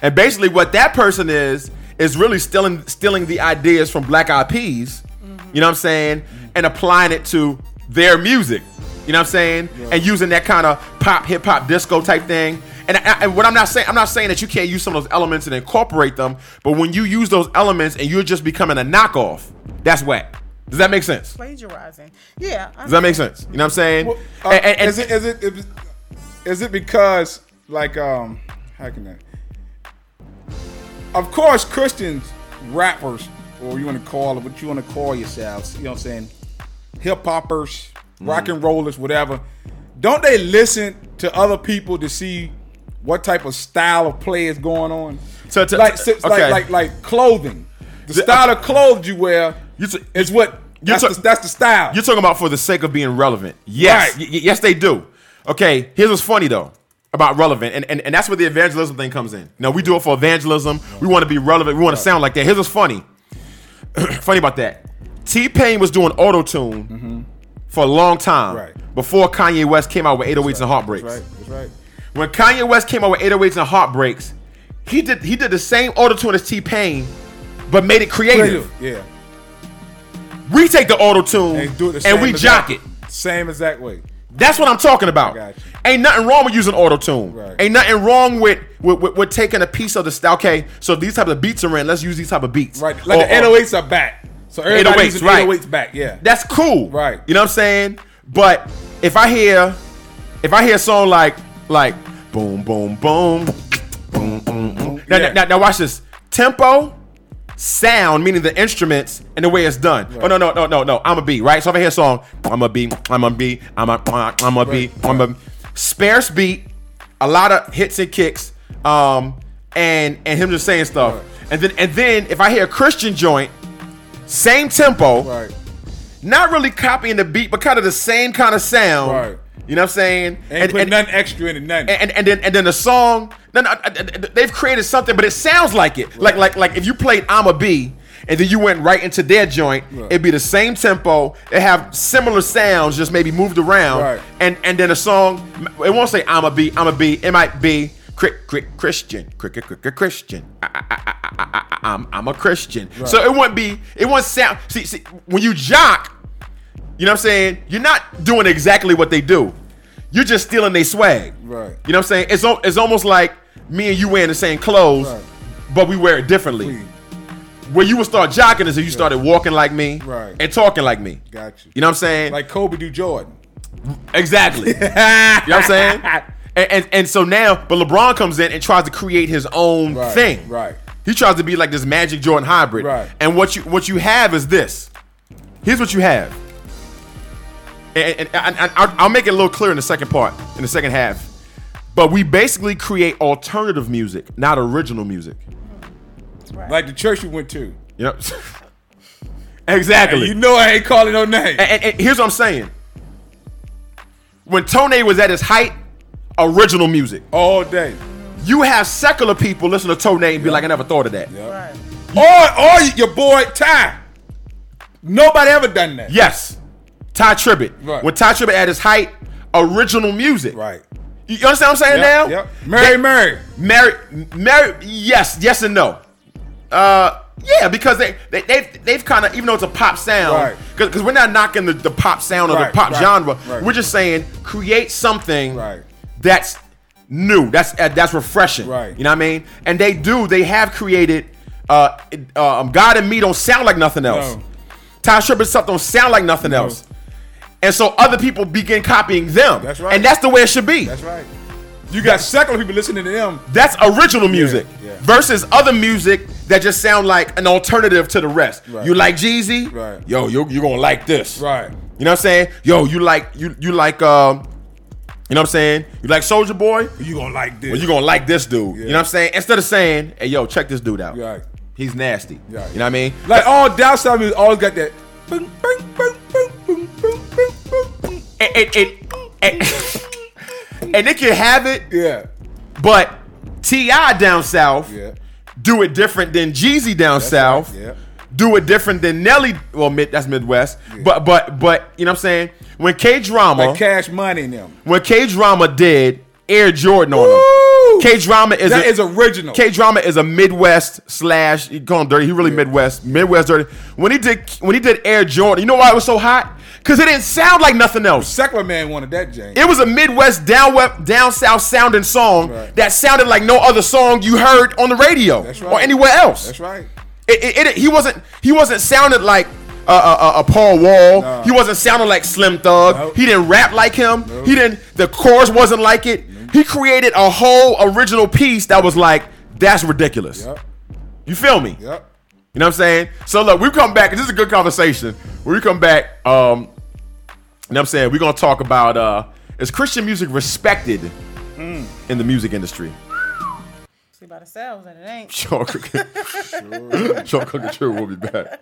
And basically, what that person is is really stealing stealing the ideas from Black Eyed Peas. You know what I'm saying? And applying it to their music. You know what I'm saying? And using that kind of pop, hip hop, disco type thing. And, I, and what I'm not saying, I'm not saying that you can't use some of those elements and incorporate them. But when you use those elements and you're just becoming a knockoff, that's whack. Does that make sense? plagiarizing. Yeah. I Does that make sense? You know what I'm saying? Well, uh, And- and- and- is it is it is- is it because like um how can that? Of course, Christians, rappers, or you want to call it what you want to call yourselves. You know what I'm saying? Hip hoppers, Mm. rock and rollers, whatever. Don't they listen to other people to see what type of style of play is going on? So to- like, so- okay. like, like, like clothing. The The- style of clothes you wear You t- is what. That's, took- the, that's the style. You're talking about for the sake of being relevant. Yes. Right. Y- y- yes, they do. Okay, here's what's funny though about relevant, and, and, and that's where the evangelism thing comes in. Now, we do it for evangelism. We want to be relevant. We want to sound like that. Here's what's funny. funny about that. T Pain was doing auto tune for a long time Mm-hmm. Right. before Kanye West came out with 808s and Heartbreaks. That's right. That's right. When Kanye West came out with 808s and Heartbreaks, he did he did the same auto tune as T Pain, but made it creative. Yeah. We take the auto tune And do it the and, same we exact- jock it. Same exact way. That's what I'm talking about. Gotcha. Ain't nothing wrong with using auto tune. Right. Ain't nothing wrong with with, with with taking a piece of the style. Okay, so these type of beats are in. Let's use these type of beats. Right. Like the 808s are back. So everybody's 808s, right. 808s back. Yeah. That's cool. Right. You know what I'm saying? But if I hear if I hear a song like like boom boom boom boom boom boom. Now, Yeah. now, now watch this tempo. Sound meaning the instruments and the way it's done. Oh no no no no no! I'm a B right. So if I hear a song, I'm a B, I'm a B, I'm a I'm a B, I'm a sparse beat, a lot of hits and kicks, um, and and him just saying stuff. And then and then if I hear a Christian joint, same tempo, right. not really copying the beat, but kind of the same kind of sound. Right. You know what I'm saying? Ain't and, putting and, nothing extra in it. Nothing. and, and then and then the song. No, no, uh, uh, they've created something, but it sounds like it. Like like like if you played I'm a B. And then you went right into their joint. It'd be the same tempo. They have similar sounds, just maybe moved around. Right. And and then a song. It won't say I'm a B. I'm a B. It might be crick crick Christian. Crick crick crick Christian. Ah, I, I, I, I, I, I, ah, I'm I'm a Christian. So it wouldn't be. It wouldn't sound. See see when you jock, you know what I'm saying? You're not doing exactly what they do. You're just stealing their swag. Right. You know what I'm saying? It's al- it's almost like me and you wearing the same clothes, Right. but we wear it differently. Clean. Where you would start jocking is if you started walking like me Right. and talking like me. Got you. You know what I'm saying? like Kobe do Jordan. exactly. you know what I'm saying? And, and and so now, but LeBron comes in and tries to create his own Right, thing. right. He tries to be like this Magic Jordan hybrid. Right. And what you what you have is this. Here's what you have. And, and, and, and I'll, I'll make it a little clear in the second part, in the second half. But we basically create alternative music, not original music. Like the church you went to. You know? exactly. You know I ain't calling no name. And, and- and here's what I'm saying. When Tone was at his height, original music. All day. You have secular people listen to Tone and be like, I never thought of that. Right. Or or your boy Ty. Nobody ever done that. Yes. Ty Tribbett. Right. When Ty Tribbett at his height, original music. Right. You you understand what I'm saying Yep, now? yep. Mary, Mary. Mary, Mary, yes, yes and no. Uh, yeah, because they, they they've they've kind of even though it's a pop sound, Right. because we're not knocking the, the pop sound or Right, the pop right, genre. right. We're just saying create something Right. that's new, that's uh, that's refreshing. Right. You know what I mean? And they do. They have created. Uh, it- uh, um, God and me don't sound like nothing else. No. Ty Tribbett stuff don't sound like nothing else. And so other people begin copying them. That's right. And that's the way it should be. That's right. You got secular people listening to them. That's original music yeah. versus other music that just sound like an alternative to the rest. Right. You like Jeezy? Right. Yo, you're, you're gonna like this. Right. You know what I'm saying? Yo, you like you you like um You know what I'm saying? You like Soldier Boy? You gonna like this? Well, you gonna like this dude. You know what I'm saying? Instead of saying, "Hey, yo, check this dude out. Right. He's nasty." Right. You know what I mean? like oh. all Dow South music always got that. Boom, boom, boom, boom, boom, boom, boom, boom, boom. And, and, and, and, and they can have it, Yeah, but Ti down south yeah. do it different than Jeezy down south. right, yeah. Do it different than Nelly. Well, mid, that's Midwest. But but but you know what I'm saying? When K drama, Like Cash Money and them. when K drama did Air Jordan on him. Woo! K drama is That a- is original. K drama is a Midwest slash you call him dirty. He really Midwest, Midwest dirty. When he did when he did Air Jordan, you know why it was so hot? Cause it didn't sound like nothing else. Secular man wanted that, James. It was a Midwest down west, down south sounding song Right. that sounded like no other song you heard on the radio That's or right. anywhere else. That's right. It, it, it- he wasn't he wasn't sounded like a uh, uh, uh, Paul Wall. Nah. He wasn't sounding like Slim Thug. Nope. He didn't rap like him. Nope. He didn't. The chorus wasn't like it. He created a whole original piece that was like that's ridiculous. Yep. You feel me? Yep. You know what I'm saying? So look, we come back. This is a good conversation. When we come back, um, you know what I'm saying? We're gonna talk about uh is Christian music respected Hmm. in the music industry? See by themselves and it ain't. Sean Cooker. Sean Cooker True will be back.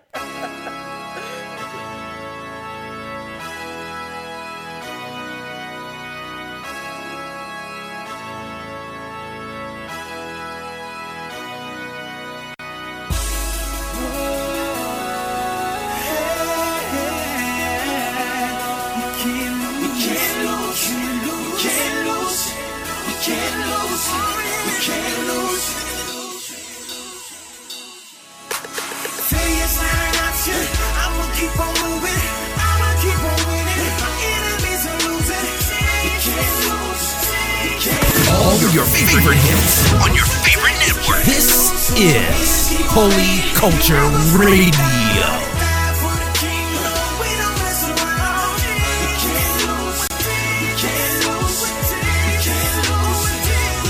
All of your favorite hits on your favorite network. This is Holy Culture Radio.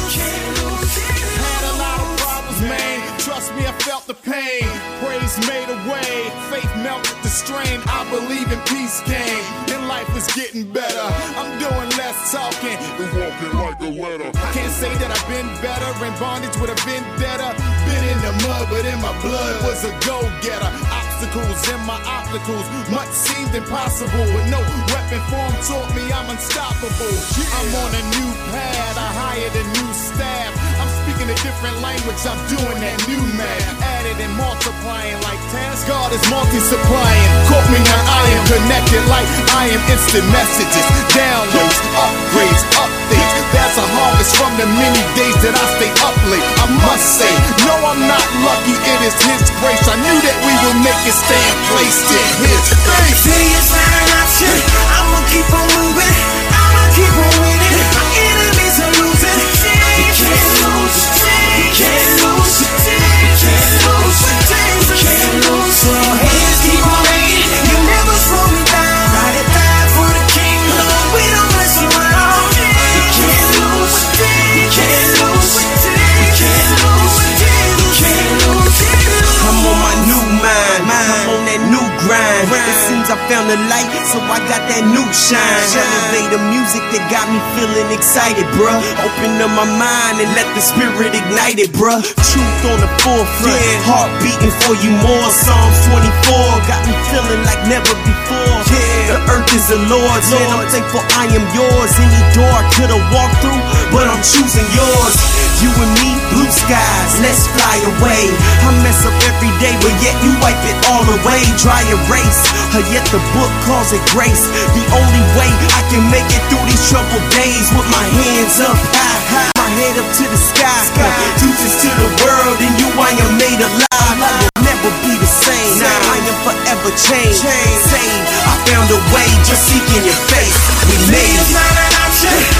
Had a lot of problems, man. Trust me, I felt the pain. Praise made a way. Faith melted the strain. I believe in peace game. And life is getting better. I'm doing less talking and walking like a letter. Can't say that I've been better. In bondage with a vendetta. Been in the mud, but in my blood was a go-getter. Obstacles in my obstacles. Much seemed impossible. With no weapon form taught me I'm unstoppable. I'm on a new path. I hired a new staff. I'm speaking a different language. I'm doing that new math. Added and multiplying like task. God is multi-supplying. Caught me now. I am connected like I am instant messages. Downloads, upgrades, updates. That's a harvest from the many days that I stay up late. I must say, no, I'm not lucky. It is His grace. I knew that we will make it stand placed in His face. I'm on my new mind, I'm on that new grind. It seems I found the light, so I got that new shine. Elevator music that got me feeling excited, bruh. Open up my mind and let the spirit ignite it, bruh. Truth on the forefront, heart beating for you more. Psalm 24 got me feeling like never before. The earth is the Lord's, and I'm thankful I am yours. Any door I could have walked through, but I'm choosing yours. You and me, blue skies, let's fly away. I mess up every day, but yet you wipe it all away. Dry erase, or yet the book calls it grace. The only way I can make it through these troubled days with my hands up high, high my head up to the sky. Deuces to the world, and you I am made alive. I will never be the same. I am forever changed. Saved, I found a way, just seeking your face. We made it.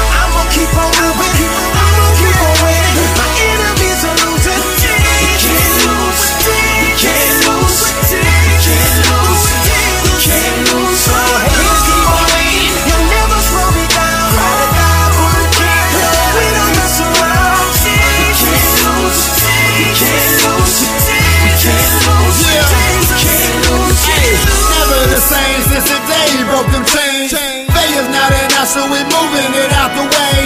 Never the same since the day he broke them chains. They is not an option, we moving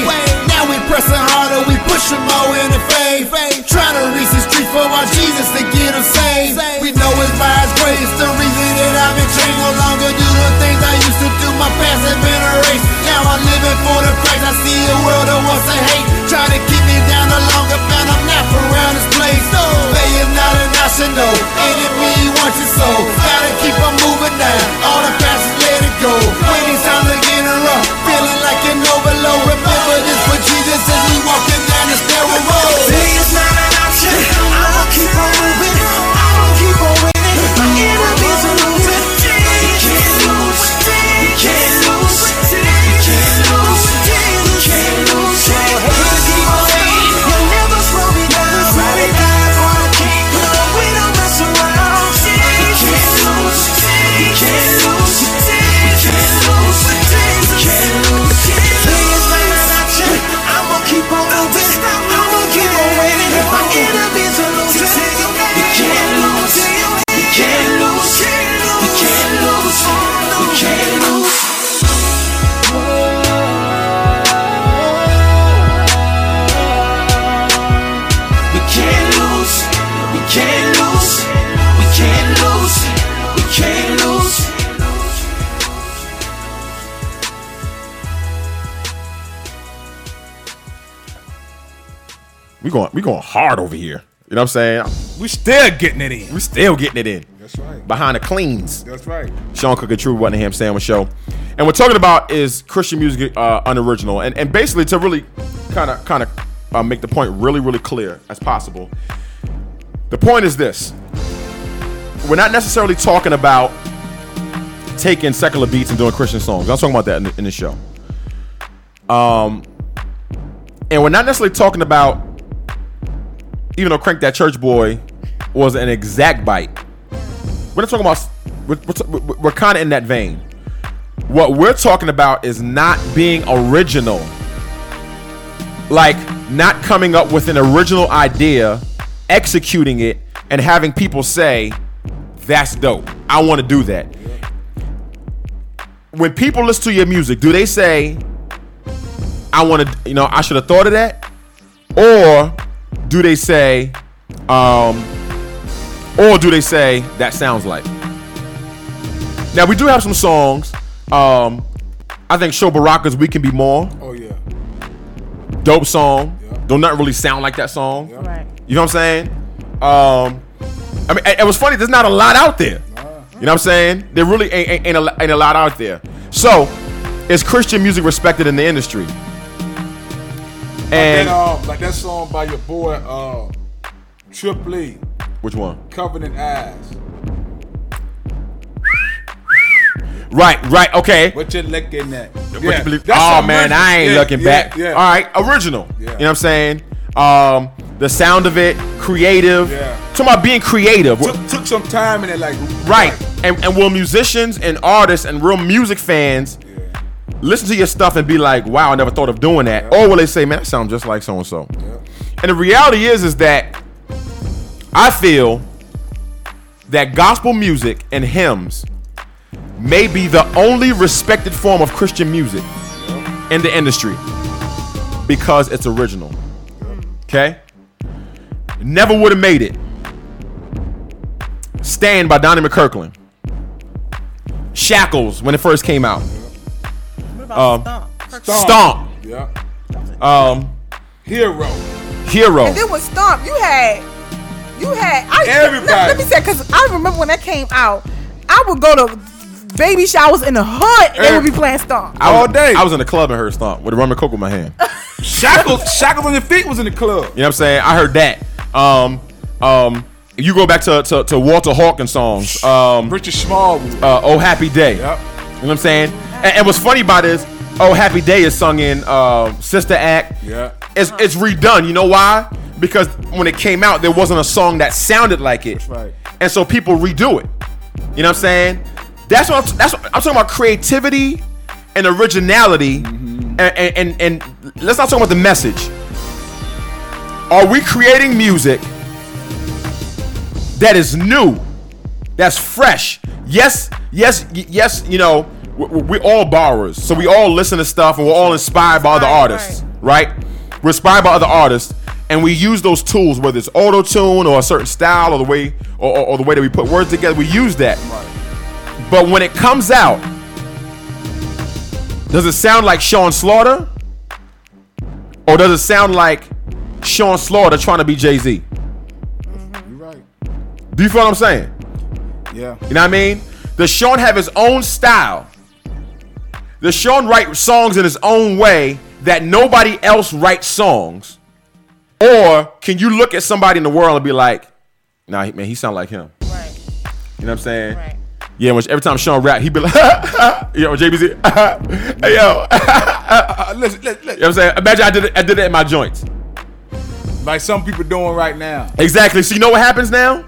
of Jesus to get them saved. We know it's by His grace. The reason that I've been changed no longer do the things I used to do. My past has been erased. Now I'm living for the price. I see a world that wants to hate. Try to keep me down no longer. Found I'm not around this place. No, they is not a national enemy. Wants your soul. Gotta keep on moving now. All the past is let it go. When it's time to get her up, feeling like an overload. Remember this for Jesus as we walking down this narrow road. Day is not an option. I'ma keep on moving. I'ma keep on winning. My enemies are losing. You can't lose. You can't lose. You can't lose. You can't lose. Haters keep on hating. You'll never slow me down. Ride or die for the king. We don't mess around. You can't lose. You can't lose. You can't lose. You can't lose. Day is not an option. I'ma keep on moving. I'ma keep on winning. My enemies are losing. You can't lose. You can't lose. You can't lose. You can't lose. We can't lose. We can't lose. We can't lose. We can't lose. We going we going hard over here. You know what I'm saying? We still getting it in. We still getting it in. That's right. Behind the cleans. That's right. Sean Cook and True Buckingham Sandwich Show. And we're talking about is Christian music uh, unoriginal. And and basically to really kind of kind of uh, make the point really really clear as possible. The point is this: we're not necessarily talking about taking secular beats and doing Christian songs. I'm talking about that in the, in the show. Um, and we're not necessarily talking about even though Crank That Church Boy was an exact bite. We're not talking about. We're, we're, we're kind of in that vein. What we're talking about is not being original. Like not coming up with an original idea, executing it, and having people say, "That's dope. I want to do that." When people listen to your music, do they say, "I want to," you know, "I should have thought of that," or do they say, um, or do they say that sounds like? Now we do have some songs. Um, I think Show Baraka's "We Can Be More," Oh yeah. dope song. Yeah. Don't not really sound like that song. Right. You know what I'm saying? Um, I mean, it, it was funny. There's not a lot out there. You know what I'm saying? There really ain't, ain't, ain't, a, ain't a lot out there. So, is Christian music respected in the industry? And And uh, like that song by your boy uh, E, Trip Lee, which one? Covenant Eyes. Right, right, okay. What you looking at? What you believe- that's oh original. man, I ain't Yeah, looking yeah, back. Yeah. All right, original. Yeah. You know what I'm saying? Um, the sound of it, creative. Yeah. Talking about being creative. Took, took some time in it, like right. And and will musicians and artists and real music fans Yeah. listen to your stuff and be like, wow, I never thought of doing that? Or will they say, man, that sounds just like so and so? And the reality is, is that I feel that gospel music and hymns may be the only respected form of Christian music in the industry because it's original. Okay? Never would have made it. Stand by Donnie McKirkland. Shackles when it first came out. Um, What about Stomp? Stomp. Stomp. Yeah. Um, Hero. Hero. And then with Stomp, you had, you had, I, Everybody. Let, let me say, because I remember when that came out, I would go to baby showers in the hood, and they would be playing Stomp. I was, all day. I was in the club and heard Stomp with a rum and coke in my hand. You Shackles, shackles on your feet was in the club. know what I'm saying? I heard that. Um, um, you go back to, to, to Walter Hawkins songs. Um, Richard Smallwood. uh, Oh Happy Day. Yep. You know what I'm saying? And, and what's funny about it is Oh Happy Day is sung in uh, Sister Act. Yeah. It's it's redone. You know why? Because when it came out, there wasn't a song that sounded like it. right. And so people redo it. You know what I'm saying? That's what I'm, that's what I'm talking about creativity and originality. Mm-hmm. And, and, and and let's not talk about the message. Are we creating music that is new that's fresh. Yes, yes, y- yes. You know, we- we- we're all borrowers, so we all listen to stuff, and we're all inspired by other Right, artists, right? We're inspired by other artists, and and we use those tools, whether it's auto tune or a certain style or the way or, or, or the way that we put words together, we use that. But when it comes out, does it sound like Sean Slaughter, or does it sound like Sean Slaughter trying to be Jay Z? You're right. Do you feel what I'm saying? Yeah. You know what I mean? Does Sean have his own style? Does Sean write songs in his own way that nobody else writes songs? Or can you look at somebody in the world and be like, nah, he- man, he sound like him. Right. You know what I'm saying? Right. Yeah, which every time Sean rap, he be like, yo, JBZ, hey, yo. Uh, listen, listen, You know what I'm saying? Imagine I did it, I did it in my joints. Like some people doing right now. Exactly. So you know what happens now?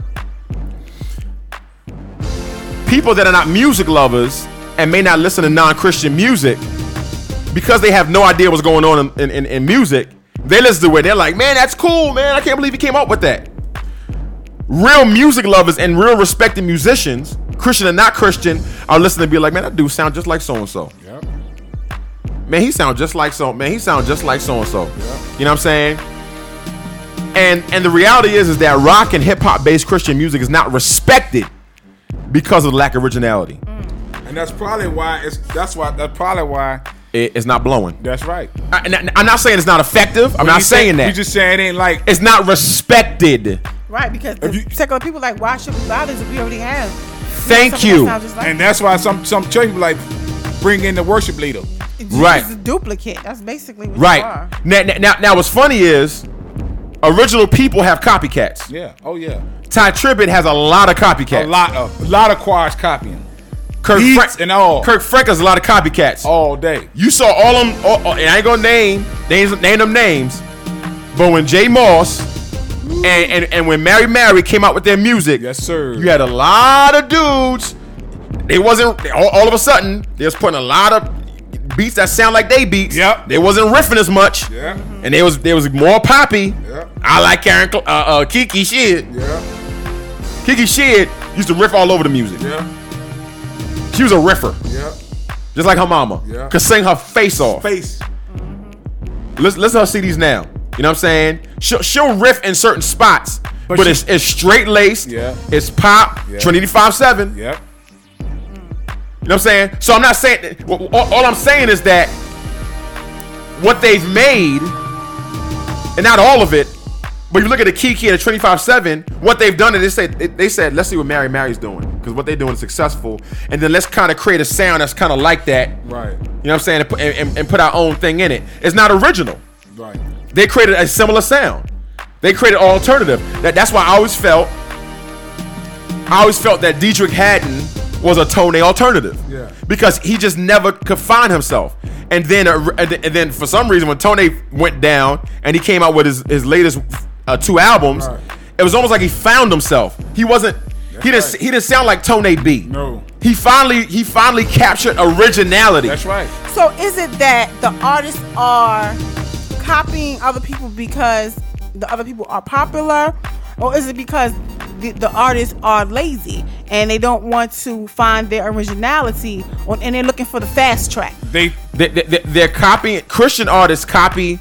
People that are not music lovers and may not listen to non-Christian music, because they have no idea what's going on in, in, in music, they listen to it. They're like, man, that's cool, man. I can't believe he came up with that. Real music lovers and real respected musicians, Christian and not Christian, are listening to be like, man, that dude sound just like so-and-so. Man, he sound just like so. Man, he sound just like so and so. You know what I'm saying? And and the reality is is that rock and hip hop based Christian music is not respected because of the lack of originality. Mm. And that's probably why it's that's why that's probably why It- it's not blowing. that's right. I, am not saying it's not effective. I'm not saying You that. just saying it ain't like it's not respected. Right, because the you- secular people like, why should we buy this if we already have? Thank Something that you. sounds just like and that's why some some church be like bring in the worship leader. it. right. It's a duplicate. That's basically what you Right are. now, now, now, now what's funny is original people have copycats. Yeah. Oh yeah. Ty Tribbett has a lot of copycats. A lot of a lot of choirs copying Kirk beats Frank- and all. Kirk Frank has a lot of copycats. all day. You saw all them. All, all- and I ain't gonna name names, name them names. But when Jay Moss and, and and when Mary Mary came out with their music, Yes, sir. you had a lot of dudes. They wasn't all, all of a sudden. They was putting a lot of beats that sound like they beats. Yep. They wasn't riffing as much. Yeah. And they was they was more poppy. Yep. I like Karen Cl- uh, uh, Kiki Shid. Yeah. Kiki Shid used to riff all over the music. Yeah. She was a riffer, Yeah. just like her mama. Yeah. Could sing her face off. Face. Let's let's her CDs now. You know what I'm saying? She'll, she'll riff in certain spots, but, she- it's it's straight laced. Yeah. It's pop. Yeah. Trinity five seven. Yep. You know what I'm saying? So I'm not saying. that- wh- wh- All, all I'm saying is that what they've made, and not all of it, but you look at the Kiki and the Trinity five seven. What they've done is they said they, they said let's see what Mary Mary's doing because what they're doing is successful, and then let's kind of create a sound that's kind of like that. Right. You know what I'm saying? And put- and- and- and put our own thing in it. It's not original. Right. they created a similar sound. They created an alternative. That, that's why I always felt I always felt that Dietrich Haddon was a Tone alternative. Yeah. Because he just never could find himself. And then uh, and then- and then for some reason when Tone went down and he came out with his, his latest uh, two albums, Right. it was almost like he found himself. He wasn't he didn't right. he didn't sound like Tone B. No. He finally he finally captured originality. That's right. So is it that the artists are copying other people because the other people are popular, or is it because the, the artists are lazy and they don't want to find their originality, on, and they're looking for the fast track? They they, they, they're copying Christian artists copy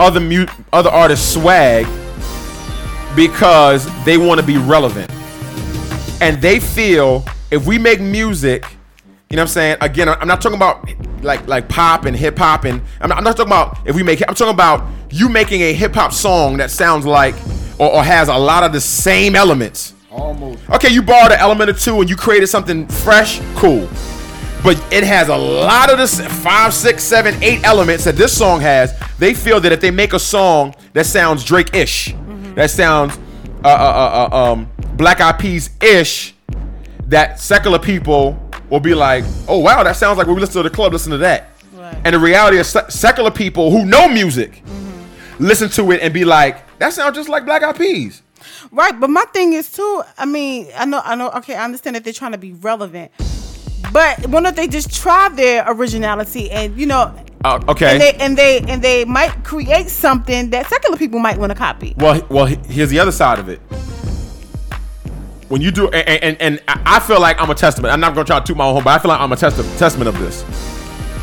other mu- other artists swag because they want to be relevant and they feel if we make music you know what I'm saying again I'm not talking about like like pop and hip hop and I'm not, I'm not talking about if we make I'm talking about you making a hip hop song that sounds like or, or has a lot of the same elements almost Okay, you borrowed an element or two and you created something fresh, cool. But it has a lot of this five, six, seven, eight elements that this song has. They feel that if they make a song that sounds Drake-ish, that sounds uh, uh, uh, uh, um, Black Eyed Peas-ish, that secular people will be like, "Oh wow, that sounds like when we listen to the club. Listen to that." Right. And the reality is, sec- secular people who know music listen to it and be like, "That sounds just like Black Eyed Peas." Right, but my thing is too. I mean, I know, I know. Okay, I understand that they're trying to be relevant, but why don't they just try their originality and you know, Uh, okay. and they and they and they might create something that secular people might want to copy. Well, he- well, he- here's the other side of it. When you do, and and, and I I feel like I'm a testament. I'm not gonna try to toot my own home, but I feel like I'm a test, testament of this.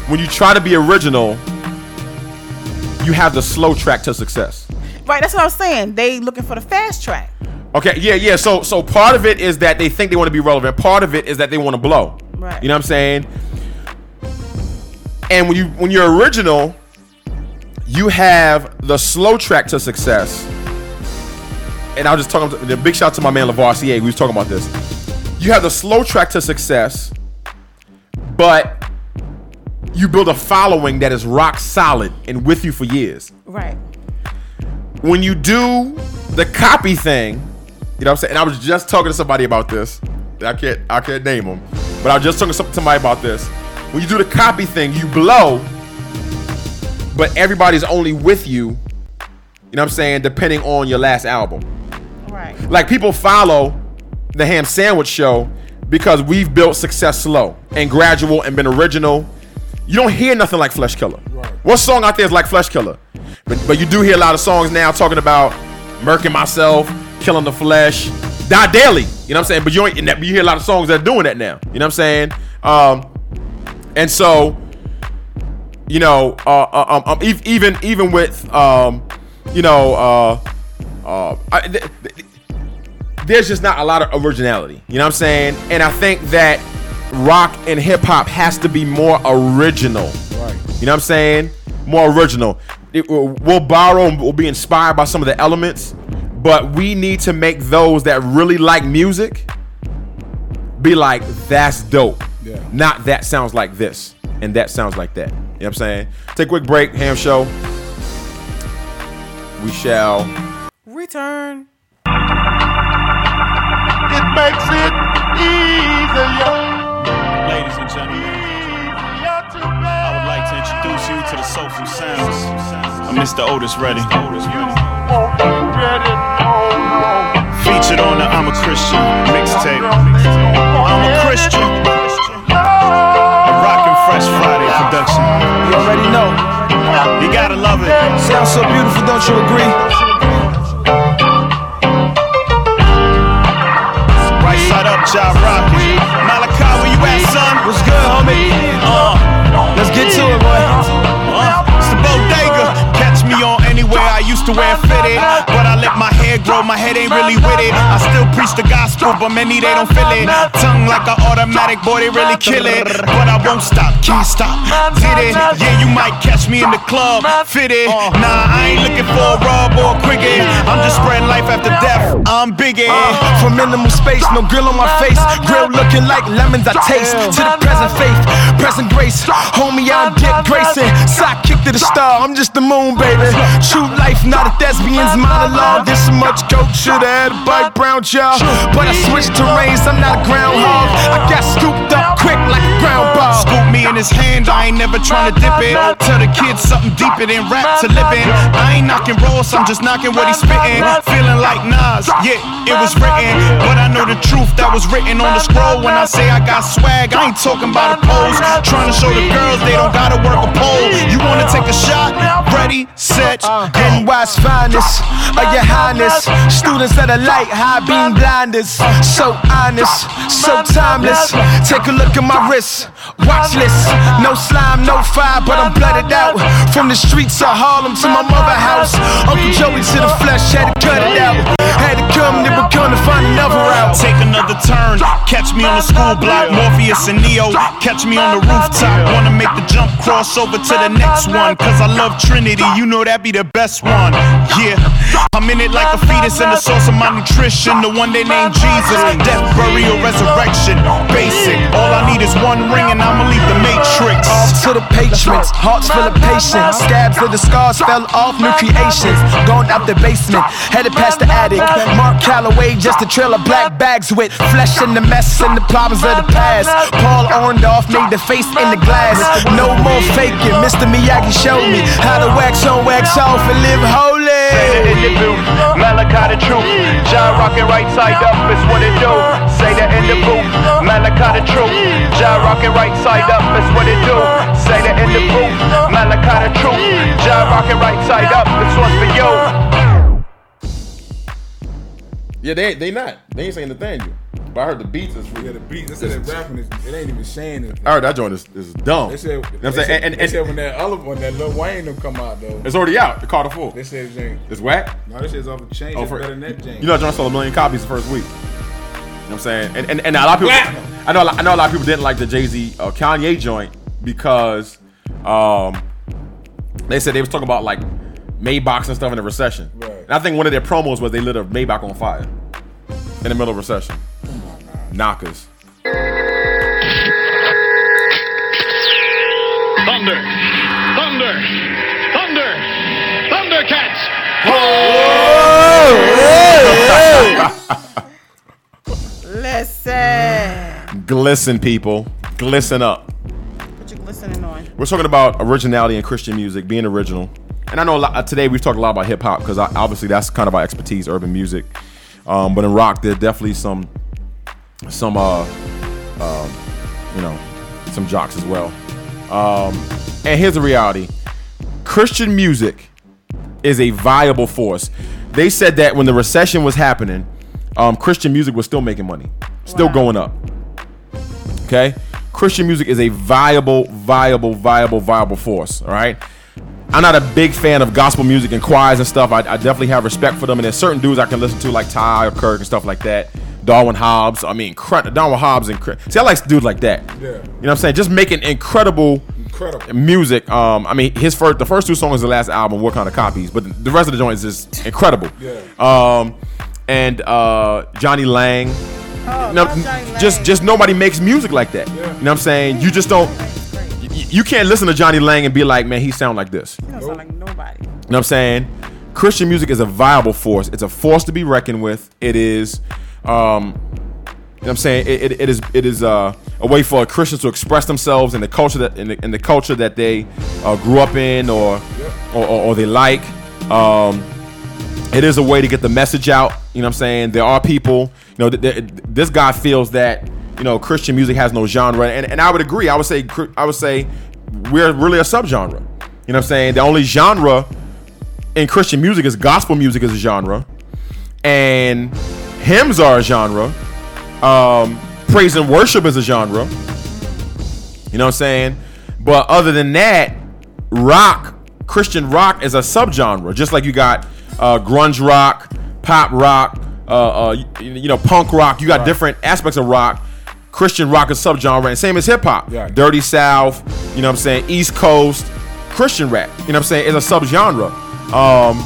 When you try to be original, you have the slow track to success. Right, that's what I was saying. They looking for the fast track. Okay, yeah, yeah. So so part of it is that they think they want to be relevant. Part of it is that they want to blow. Right. You know what I'm saying? And when you when you're original, you have the slow track to success. And I'll just talk the big shout out to my man Lavoisier. We was talking about this. You have the slow track to success, but you build a following that is rock solid and with you for years Right. when you do the copy thing, you know what I'm saying? And I was just talking to somebody about this. I can't I can't name them, but I was just talking to some- somebody about this. When you do the copy thing, you blow, but everybody's only with you, you know what I'm saying, depending on your last album. Right. Like people follow the ham sandwich show because we've built success slow and gradual and been original. You don't hear nothing like Flesh Killer. What song out there is like Flesh Killer? But but you do hear a lot of songs now talking about murking myself, killing the flesh, die daily. You know what I'm saying? But you ain't, and that- you hear a lot of songs that are doing that now. You know what I'm saying? Um, and so you know, uh, uh, um, um, ev- even even with um, you know, uh, uh, I, th- th- there's just not a lot of originality. You know what I'm saying? And I think that rock and hip hop has to be more original. Right. You know what I'm saying? More original. It, we'll we'll borrow and we'll be inspired by some of the elements, but we need to make those that really like music be like, that's dope. Yeah. Not that sounds like this and that sounds like that. You know what I'm saying? Take a quick break, ham show. We shall Return. It makes it easier. Ladies and gentlemen, easier to I would like to introduce you to the Soulful Sounds of Mr. Otis Redding. Won't regret it. Oh, no. Featured on the I'm a Christian mixtape. I'm a Christian. A Rockin' Fresh Friday production. You already know. You gotta love it. Sounds so beautiful, don't you agree? Right side up, Ja Rocky. Malachi, where you at, son? What's good, homie? Uh, Let's get to it, boy. Uh, it's the bodega. Catch me on anywhere. I used to wear fitted, but I let my hair grow. My head ain't really with it. I still preach the gospel, but many they don't feel it. Tongue like an automatic, boy, they really kill it. But I won't stop, can't stop. Did it? Yeah, you might catch me in the club, fitted. Nah, I ain't looking for a rub or a quickie. I'm just spreading life after death. I'm biggie. For minimal space, no grill on my face. Grill looking like lemons I taste. To the present faith, present grace. Homie, I don't get gracing. Sidekick to the star, I'm just the moon, baby. True life, not a thespian's monologue. This much coke should've had a bite brown jaw. But I switched terrains, I'm not a groundhog. I got scooped up quick like a ground ball. Scoop me in his hand, I ain't never tryna dip it. Tell the kids something deeper than rap to live in. I ain't knocking rolls, I'm just knocking what he's spitting. Feeling like Nas, yeah, it was written. But I know the truth that was written on the scroll. When I say I got swag, I ain't talking about a pose. Trying to show the girls they don't gotta work a pole. You wanna take a shot? Ready, set, go. NY's finest, of your highness. Students that are light, high beam blinders. So honest, so timeless. Take a look at my wrist, watch list. No slime, no fire, but I'm blooded out. From the streets of Harlem to my mother house. Uncle Joey to the flesh, had to cut it out. Had to come to become to find another route. Take another turn, catch me on the school block, Morpheus and Neo. Catch me on the rooftop, wanna make the jump, cross over to the next one. Cause I love Trinity, you know that be the best one. Yeah, I'm in it like a fetus and the source of my nutrition. The one they named Jesus, death, burial, resurrection. Basic, all I need is one ring and I'ma leave the matrix. Off to the patrons, hearts full of patience. Scabs of the scars fell off new creations. Gone out the basement, headed past the attic. Mark Calloway, just a trail of black bags with flesh in the mess and the problems of the past. Paul Orndorff made the face in the glass. No more faking, Mr. Miyagi showed me how to wax on, wax off, and live holy. in the booth. Malachi the truth. John rockin' right side up is what it do. Say that in the booth. Malachi the truth. John rockin' right side up is what it do. Say that in the booth. Malachi the truth. John rockin' right side up. This one's for you. Yeah, they they not. They ain't saying Nathaniel. But I heard the beats is really. Yeah, the beats. They said that rapping is, it ain't even saying it. I heard that joint is, is dumb. They said, You know what they I'm saying? said, And- and- they and- said when that other one, that Lil Wayne them come out though. it's already out. The Carter Fool. They said it ain't. It's whack. No, this shit's off of change. Oh, it's for- better than that change. You know, John sold a million copies the first week. You know what I'm saying? And, and, and a lot of people, I know, I know a lot of people didn't like the Jay Z uh, Kanye joint because um, they said they was talking about like Maybachs and stuff in the recession. Right. And I think one of their promos was they lit a Maybach on fire in the middle of recession. Knockers. Thunder! Thunder! Thunder! Thundercats! Listen. Glisten, people. Glisten up. What you listening on? We're talking about originality in Christian music, being original. And I know a lot, uh, today we've talked a lot about hip hop because obviously that's kind of our expertise, urban music. Um, but in rock, there are definitely some, some, uh, um, you know, some jocks as well. Um, and here's the reality: Christian music is a viable force. They said that when the recession was happening, um, Christian music was still making money, still going up. Okay? Christian music is a viable, viable, viable, viable force. All right? I'm not a big fan of gospel music and choirs and stuff. I, I definitely have respect for them. And there's certain dudes I can listen to, like Ty or Kirk and stuff like that. Darwin Hobbs. I mean, cr- Darwin Hobbs and cr- See, I like dudes like that. Yeah. You know what I'm saying? Just making incredible, Incredible. music. Um, I mean, his first, the first two songs, of the last album, were kind of copies, but the rest of the joints is just incredible. Yeah. Um, and uh, Johnny Lang. Oh, No, just just nobody makes music like that. You know what I'm saying? You just don't. y- y- You can't listen to Johnny Lang and be like, man, he sound like this. You don't sound like nobody. know what I'm saying? Christian music is a viable force. It's a force to be reckoned with. It is, um, you know what I'm saying? It, it, it is it is uh, a way for Christians to express themselves in the culture that in the, in the culture that they uh, grew up in or, or, or or they like. Um, it is a way to get the message out. You know what I'm saying? There are people, you know, th- th- this guy feels that, you know, Christian music has no genre. And, and I would agree. I would say, cr- I would say we're really a subgenre. You know what I'm saying? The only genre in Christian music is gospel music is a genre. And hymns are a genre. Um, praise and worship is a genre. You know what I'm saying? But other than that, rock, Christian rock is a subgenre. Just like you got uh, grunge rock, pop rock, uh, uh, you, you know, punk rock. You got different aspects of rock. Christian rock is subgenre, and same as hip hop. Yeah. Dirty South, you know what I'm saying? East Coast, Christian rap. You know what I'm saying? It's a subgenre. Um,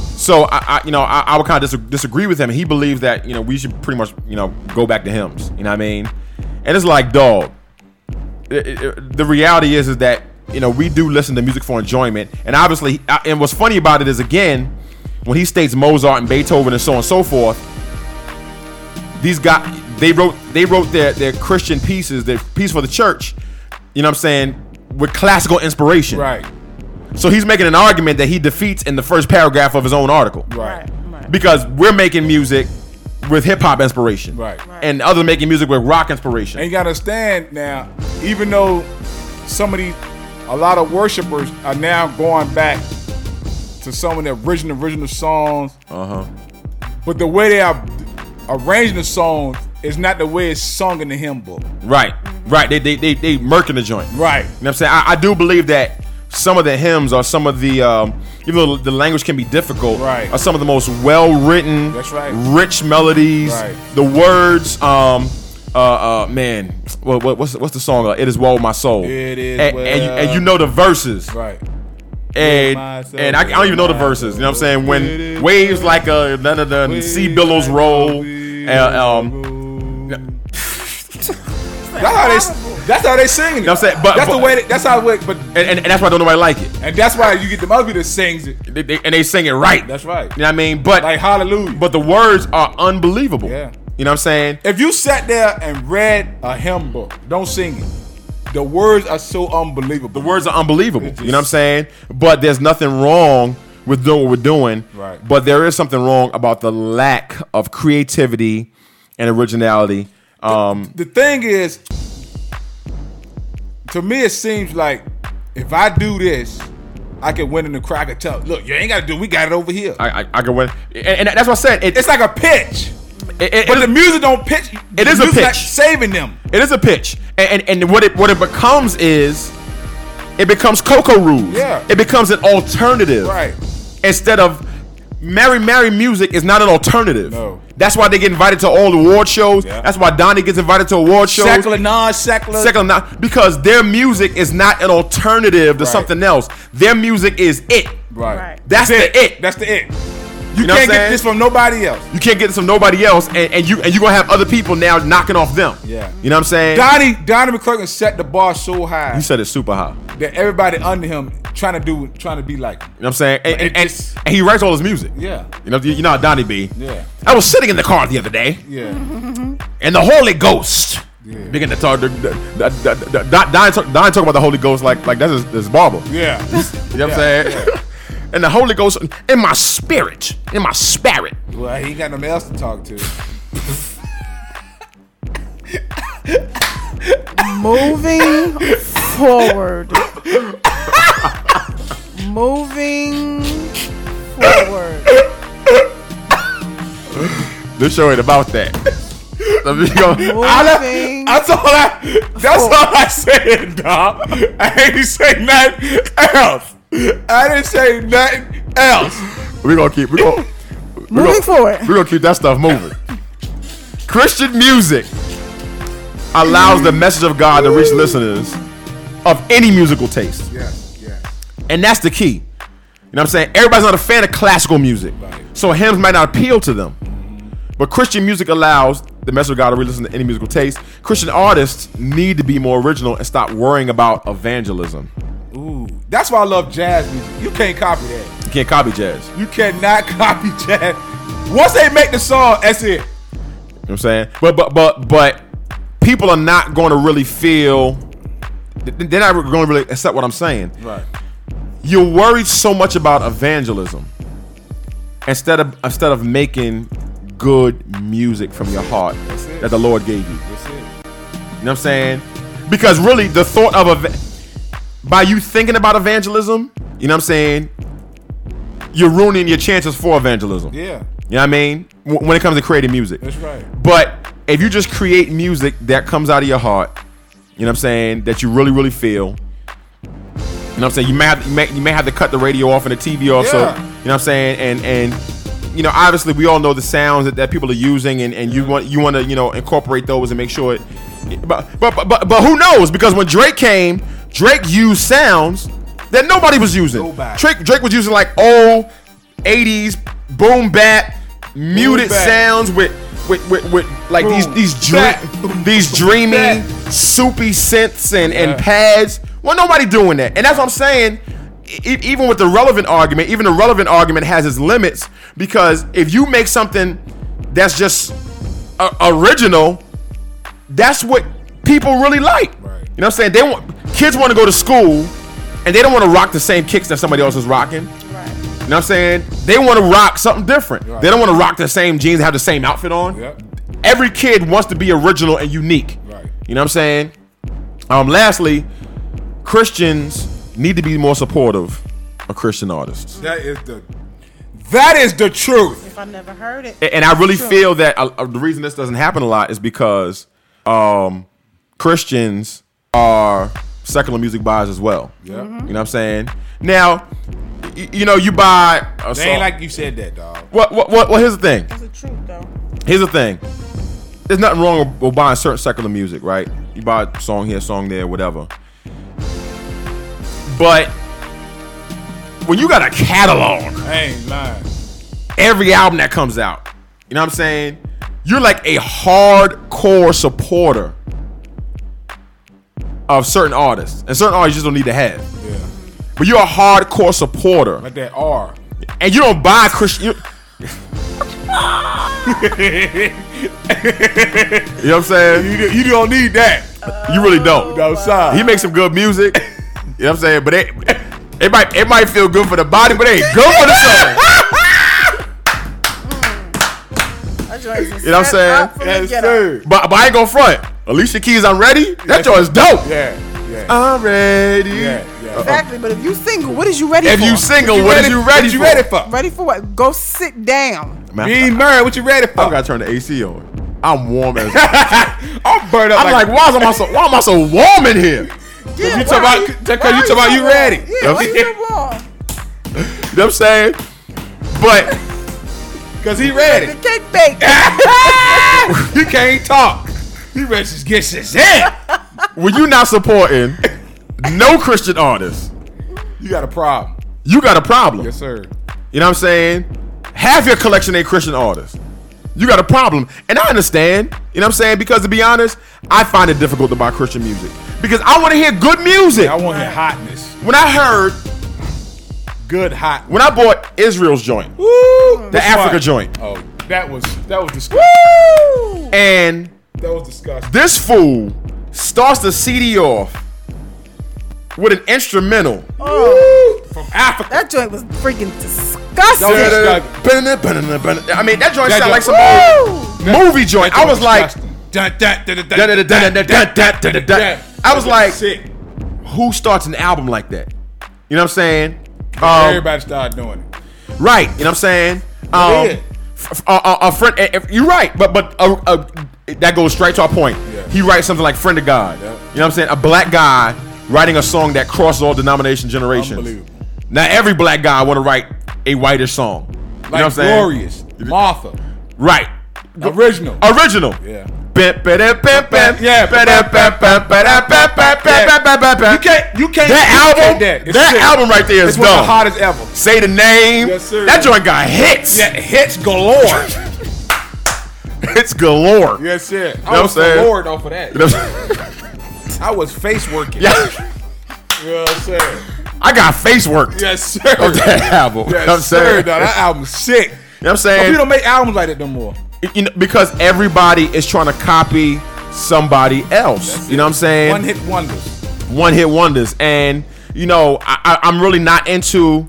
so I, I you know, I, I would kind of dis- disagree with him. He believed that you know we should pretty much you know go back to hymns. You know what I mean? And it's like, dog. it- it- it- the reality is is that you know we do listen to music for enjoyment, and obviously, I, and what's funny about it is again when he states Mozart and Beethoven and so on and so forth. These guys, they wrote they wrote their their Christian pieces, their piece for the church. You know what I'm saying? With classical inspiration, right? So he's making an argument that he defeats in the first paragraph of his own article. Right. Because we're making music with hip hop inspiration. Right. And others making music with rock inspiration. And you gotta stand now, even though some of these, a lot of worshipers are now going back to some of the original, original songs. Uh huh. But the way they are arranging the songs is not the way it's sung in the hymn book. Right. Right. They they they, they murking the joint. Right. You know what I'm saying? I, I do believe that some of the hymns or some of the um, even though the language can be difficult, right. are some of the most well written, That's right. rich melodies, Right. the words, um, uh, uh, man, what, what, what's what's the song? Uh, it is well with my soul. It is and, well and, you, and you know the verses, right? And and I, I don't even know the verses. You know what I'm saying? When waves like a da da da, and sea billows roll, and, um, That's how they. That's how they sing it. You know what I'm saying? But that's but- the way. They, that's how. It, but and, and, and that's why don't nobody like it. And that's why you get the other people that sings it. They- they- and they sing it right. That's right. You know what I mean? But like hallelujah. But the words are unbelievable. Yeah. You know what I'm saying? If you sat there and read a hymn book, don't sing it. The words are so unbelievable. The words are unbelievable. you know what I'm saying? But there's nothing wrong with doing what we're doing. Right. But there is something wrong about the lack of creativity and originality. Um, the thing is, to me, it seems like if I do this, I can win in the crowd. I can tell, look, you ain't got to do. it. We got it over here. I, I, I can win, and, and that's what I said. it's like a pitch. It- it- but it- the music don't pitch. It the is a music not pitch. saving them. It is a pitch, and and, and what it what it becomes is, it becomes Coco rules. Yeah. It becomes an alternative. Right. Instead of Mary Mary music is not an alternative. No. That's why they get invited to all the award shows. Yeah. That's why Donnie gets invited to award shows. Secular, non-secular. Secular, not because their music is not an alternative to Right. something else. Their music is it. Right. That's, the it. That's the it. You, know what I'm can't get saying? this from nobody else. You can't get this from nobody else, and, and you and you're gonna have other people now knocking off them. Yeah. You know what I'm saying? Donnie Donnie McClurkin set the bar so You high said it's super high. that everybody under him trying to do, trying to be like, him. You know what I'm saying? And, and, and, and he writes all his music. yeah, You know, you you know how Donnie B. yeah, I was sitting in the car the other day, yeah. and the Holy Ghost began to talk. Don talk Don talk about the Holy Ghost like like that's his, his barber. Yeah. You know what I'm saying? and the Holy Ghost in my spirit, in my spirit. Well, he ain't got nobody else to talk to. Moving forward. Moving forward. This show ain't about that. Let me go. Moving. That's all I. That's all I said, dog. I ain't say nothing else. I didn't say nothing else. We gonna keep. We gonna. we Moving gonna- forward. We're gonna keep that stuff moving. Christian music allows the message of God to reach listeners of any musical taste. Yes, yes. And that's the key. You know what I'm saying? Everybody's not a fan of classical music. So hymns might not appeal to them. But Christian music allows the message of God to re-listen to any musical taste. Christian artists need to be more original and stop worrying about evangelism. Ooh, that's why I love jazz music. You can't copy that. You can't copy jazz. You know You cannot copy jazz. Once they make the song, that's it. what I'm saying? But but but but people are not going to really feel they're not going to really accept what I'm saying. Right. you're worried so much about evangelism instead of instead of making good music from your heart it. that the Lord gave you. That's it. You know what I'm saying? Because really, the thought of a by you thinking about evangelism, you know what I'm saying, you're ruining your chances for evangelism. Yeah, You know what I mean? W- When it comes to creating music. that's right. But if you just create music that comes out of your heart, you know what I'm saying, that you really, really feel. You know what I'm saying? You may have you may, you may have to cut the radio off and the TV off. So you Yeah. know what I'm saying? And and you know, obviously we all know the sounds that, that people are using and, and you want you want to, you know, incorporate those and make sure it but, but but but but who knows? Because when Drake came, Drake used sounds that nobody was using. Nobody. Drake Drake was using like old 80s boom bap muted bap. sounds with with, with, with like Boom, these these bap, dream, boom, these dreamy bap. soupy synths and, Yeah. and pads. Well, nobody doing that, and that's what I'm saying. E- even with the relevant argument, even the relevant argument has its limits because if you make something that's just o- original, that's what people really like. Right. You know what I'm saying? They want kids want to go to school and they don't want to rock the same kicks that somebody else is rocking. Right. You know what I'm saying? They want to rock something different. Right. They don't want to rock the same jeans, have the same outfit on. Yep. Every kid wants to be original and unique. Right. You know what I'm saying? Um, lastly, Christians need to be more supportive of Christian artists. That is the. That is the truth. If I never heard it. A- And I really feel that uh, uh, the reason this doesn't happen a lot is because um, Christians are secular music buyers as well. Yeah. Mhm. You know what I'm saying? Now, y- you know, you buy a They ain't song- like you said that, dog. Well, well, well, well, here's the thing. That's the truth, though. Here's the thing. There's nothing wrong with buying certain secular music, right? You buy a song here, song there, whatever. But when you got a catalog, I ain't lying. every album that comes out, you know what I'm saying? You're like a hardcore supporter of certain artists. And certain artists you just don't need to have. Yeah. But you're a hardcore supporter. Like that R. and you don't buy Christian. You, You know what I'm saying? You, don't need that. You really don't. Outside. He makes some good music. You know what I'm saying? But it, it might it might feel good for the body, but it ain't good for the soul. That joint is You know what I'm set saying? up for me to Yes, get sir. But, but I ain't gonna front. Alicia Keys, I'm ready. That joint is dope. Yeah. Yeah. I'm ready. yeah. Yeah. up. Exactly, but if you single, what is you ready If for? you single, what are you ready you for? ready for? Ready for what? Go sit down. man. Be Murray, what you ready for? I gotta turn the AC on. I'm warm as. I'm burnt up. I'm like, why am I so why am I so warm in here? you talk about, cause you talk about you ready. Yeah, why you so warm? You know what I'm saying? But Cause he ready. The cake bake. you can't talk. You ready to get shit in. when you not supporting no Christian artists, You got a problem. you got a problem. Yes, sir. You know what I'm saying? Half your collection ain't Christian artists. You got a problem. And I understand. You know what I'm saying? Because to be honest, I find it difficult to buy Christian music. Because I want to hear good music. I want your hotness. When I heard, Good hot. when I bought Israel's joint, Woo! the Africa joint, Oh, that was that was disgusting. and That was disgusting. this fool starts the CD off with an instrumental. From Africa. That joint was freaking That was disgusting. disgusting. I mean, Oh, that joint That sounded like some joint- old movie joint. I was like, I I was like, who starts an album like that? You know what I'm saying? Um, everybody started doing it. right. You know what I'm saying? Um, Yeah. f- f- a, a- a friend. a- a- you're right, but but uh uh that goes straight to our point. Yeah. He writes something like "Friend of God." You know what I'm saying? A black guy writing a song that crosses all denomination generations. Unbelievable. Now every black guy want to write a whitish song. you know what I'm Like saying? glorious Martha, Right. original. Original. Yeah. Bam, ba-da, bam, bam. Yeah. Ba-da, bam, bam, ba-da, bam, bam, bam, bam, bam, bam, bam. You can't. You can't. That you album, can't that. that, It's sick. album right there is It's one of the dumb. hottest ever. Say the name. Yes, sir. That joint got hits. Yeah, hits galore. Hits galore. yes, sir. I what was I'm saying? bored off of that. You know what I'm saying? I was face working. yeah. You know what I'm saying? I got face work. Yes, sir. On that album. You know what I'm Yes, sir. saying? Dog, that album's sick. You know what I'm But saying? people don't make albums like that no more. You know, because everybody is trying to copy somebody else. you know what I'm saying? One hit wonders. one hit wonders. And you know, I, I, I'm really not into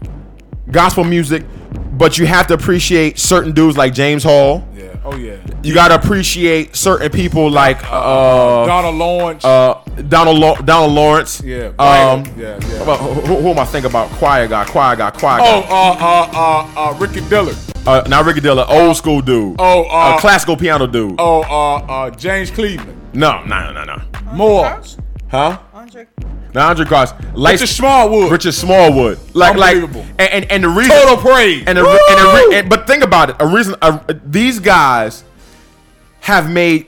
gospel music, but you have to appreciate certain dudes like James Hall. Yeah. Oh yeah. You gotta appreciate certain people like uh, Donald Lawrence. uh, Donald Law Donald Lawrence. yeah. Brian. Um, yeah. Yeah. about- who, who am I thinking about? Choir guy, choir guy, choir oh, guy. uh, uh, uh, uh, Ricky Dillard. Uh, now Ricky Dilla, old school dude. Oh, uh, a classical piano dude. Oh, uh, uh, James Cleveland. No, no, no, no. Moore. Huh? Andre- Now Andre Cross, like Richard Smallwood. Richard Smallwood, like like, Unbelievable. and and, and the reason Total praise. And, a, re- and, a re- and- but think about it. A reason a, these guys have made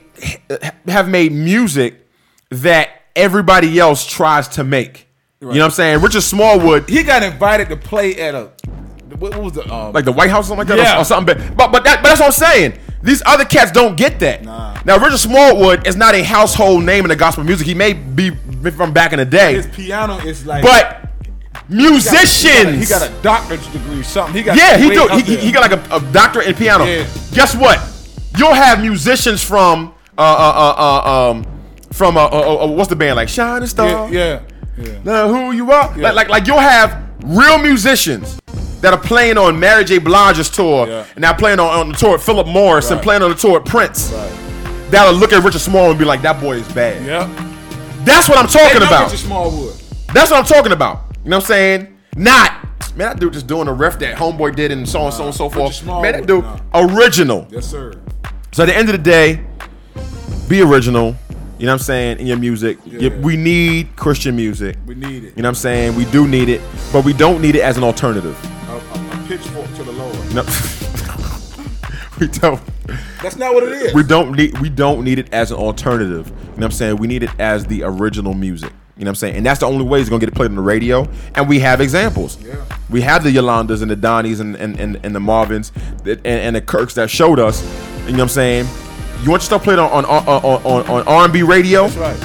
have made music that everybody else tries to make. You know what I'm saying? Richard Smallwood, he got invited to play at a. What what was the um, like the White House, or something like that, or- Yeah. or, something. big. But but that, but that's what I'm saying. These other cats don't get that. Now Richard Smallwood is not a household name in the gospel music. He may be from back in the day, his piano is like but he got- musicians. He got, a, he got a doctorate degree, something. He got Yeah, he way do. up He, he, there. he got like a, a doctorate in piano. Yeah. Guess what? You'll have musicians from uh uh uh, uh um from uh, uh, uh what's the band like Shining Star? yeah, yeah, yeah. Now who you are? Yeah. Like, like like you'll have real musicians that are playing on Mary J. Blige's tour Yeah. and now playing on, on the tour at Philip Morris and Right. playing on the tour at Prince. Right. That'll look at Richard Small and be like, that boy is bad. Yeah. That's what I'm Hey, talking no, about. Richard Smallwood. That's what I'm talking about. You know what I'm saying? Not man, that dude just doing a ref that homeboy did and so on, so on, so Richard forth. Small Man, that would- dude nah. original. Yes, sir. So at the end of the day, be original. You know what I'm saying? In your music, Yeah. You- we need Christian music. We need it. You know what I'm saying? We do need it, but we don't need it as an alternative. A, a- a pitchfork to the Lord. No. we don't. That's not what it is. We don't need we don't need it as an alternative. You know what I'm saying? We need it as the original music. You know what I'm saying? And that's the only way it's gonna get played on the radio. And we have examples. Yeah. We have the Yolandas and the Donnies and and, and, and the Marvins that, and, and the Kirks that showed us. You know what I'm saying? You want your stuff played on on on on, on R&B radio? That's right.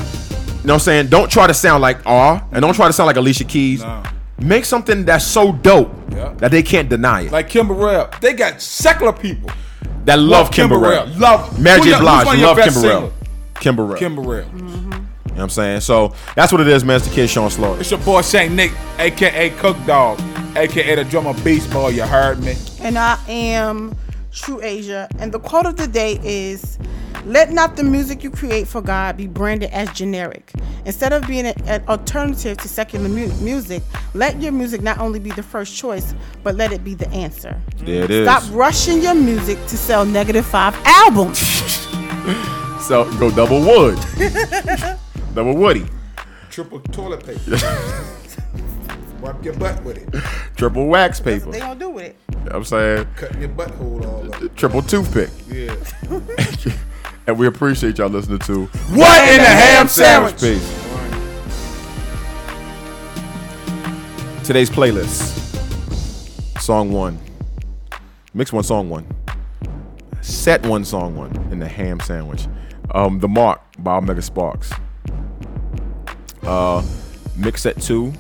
You know what I'm saying? Don't try to sound like R and don't try to sound like Alicia Keys. No. Make something that's so dope Yeah. that they can't deny it. Like Kimber Rell. They got secular people. that love Kimber Rell. Love Mary Who J. your- who's Blige, one of your love best Kimber Rell. singers? Kimber Rell. Kimber Rell. Mm. You know what I'm saying? So that's what it is, man. It's the kid Sean Slaughter. It's your boy Saint Nick, aka Cook Dog, aka the drummer Baseball. You heard me. and I am True Asia. And the quote of the day is Let not the music you create for God be branded as generic. Instead of being an, an alternative to secular mu- music, let your music not only be the first choice, but let it be the answer. There it is. Stop rushing your music to sell negative five albums. So go double wood, double woody, Triple toilet paper. Wipe your butt with it. triple wax paper. they gonna do with it. I'm saying Cutting your butthole all up. triple toothpick. Yeah. And we appreciate y'all listening to What in the Ham Sandwich? Peace. Today's playlist. Song one. Mix one, song one. Set one, song one in the ham sandwich. Um, the Mark by Omega Sparks. Uh, mix set two.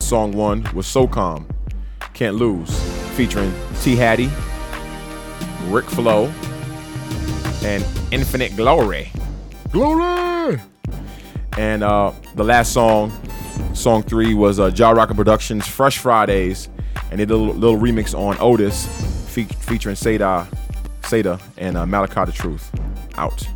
Song one was So Calm. Can't Lose. Featuring T Hattie, Rick Flo, and Infinite Glory. Glory! And uh, the last song, song three, was uh, Ja Rocker Productions' Fresh Fridays, and they did a little, little remix on Otis fe- featuring Seda, Seda and uh, Malachi the Truth. Out.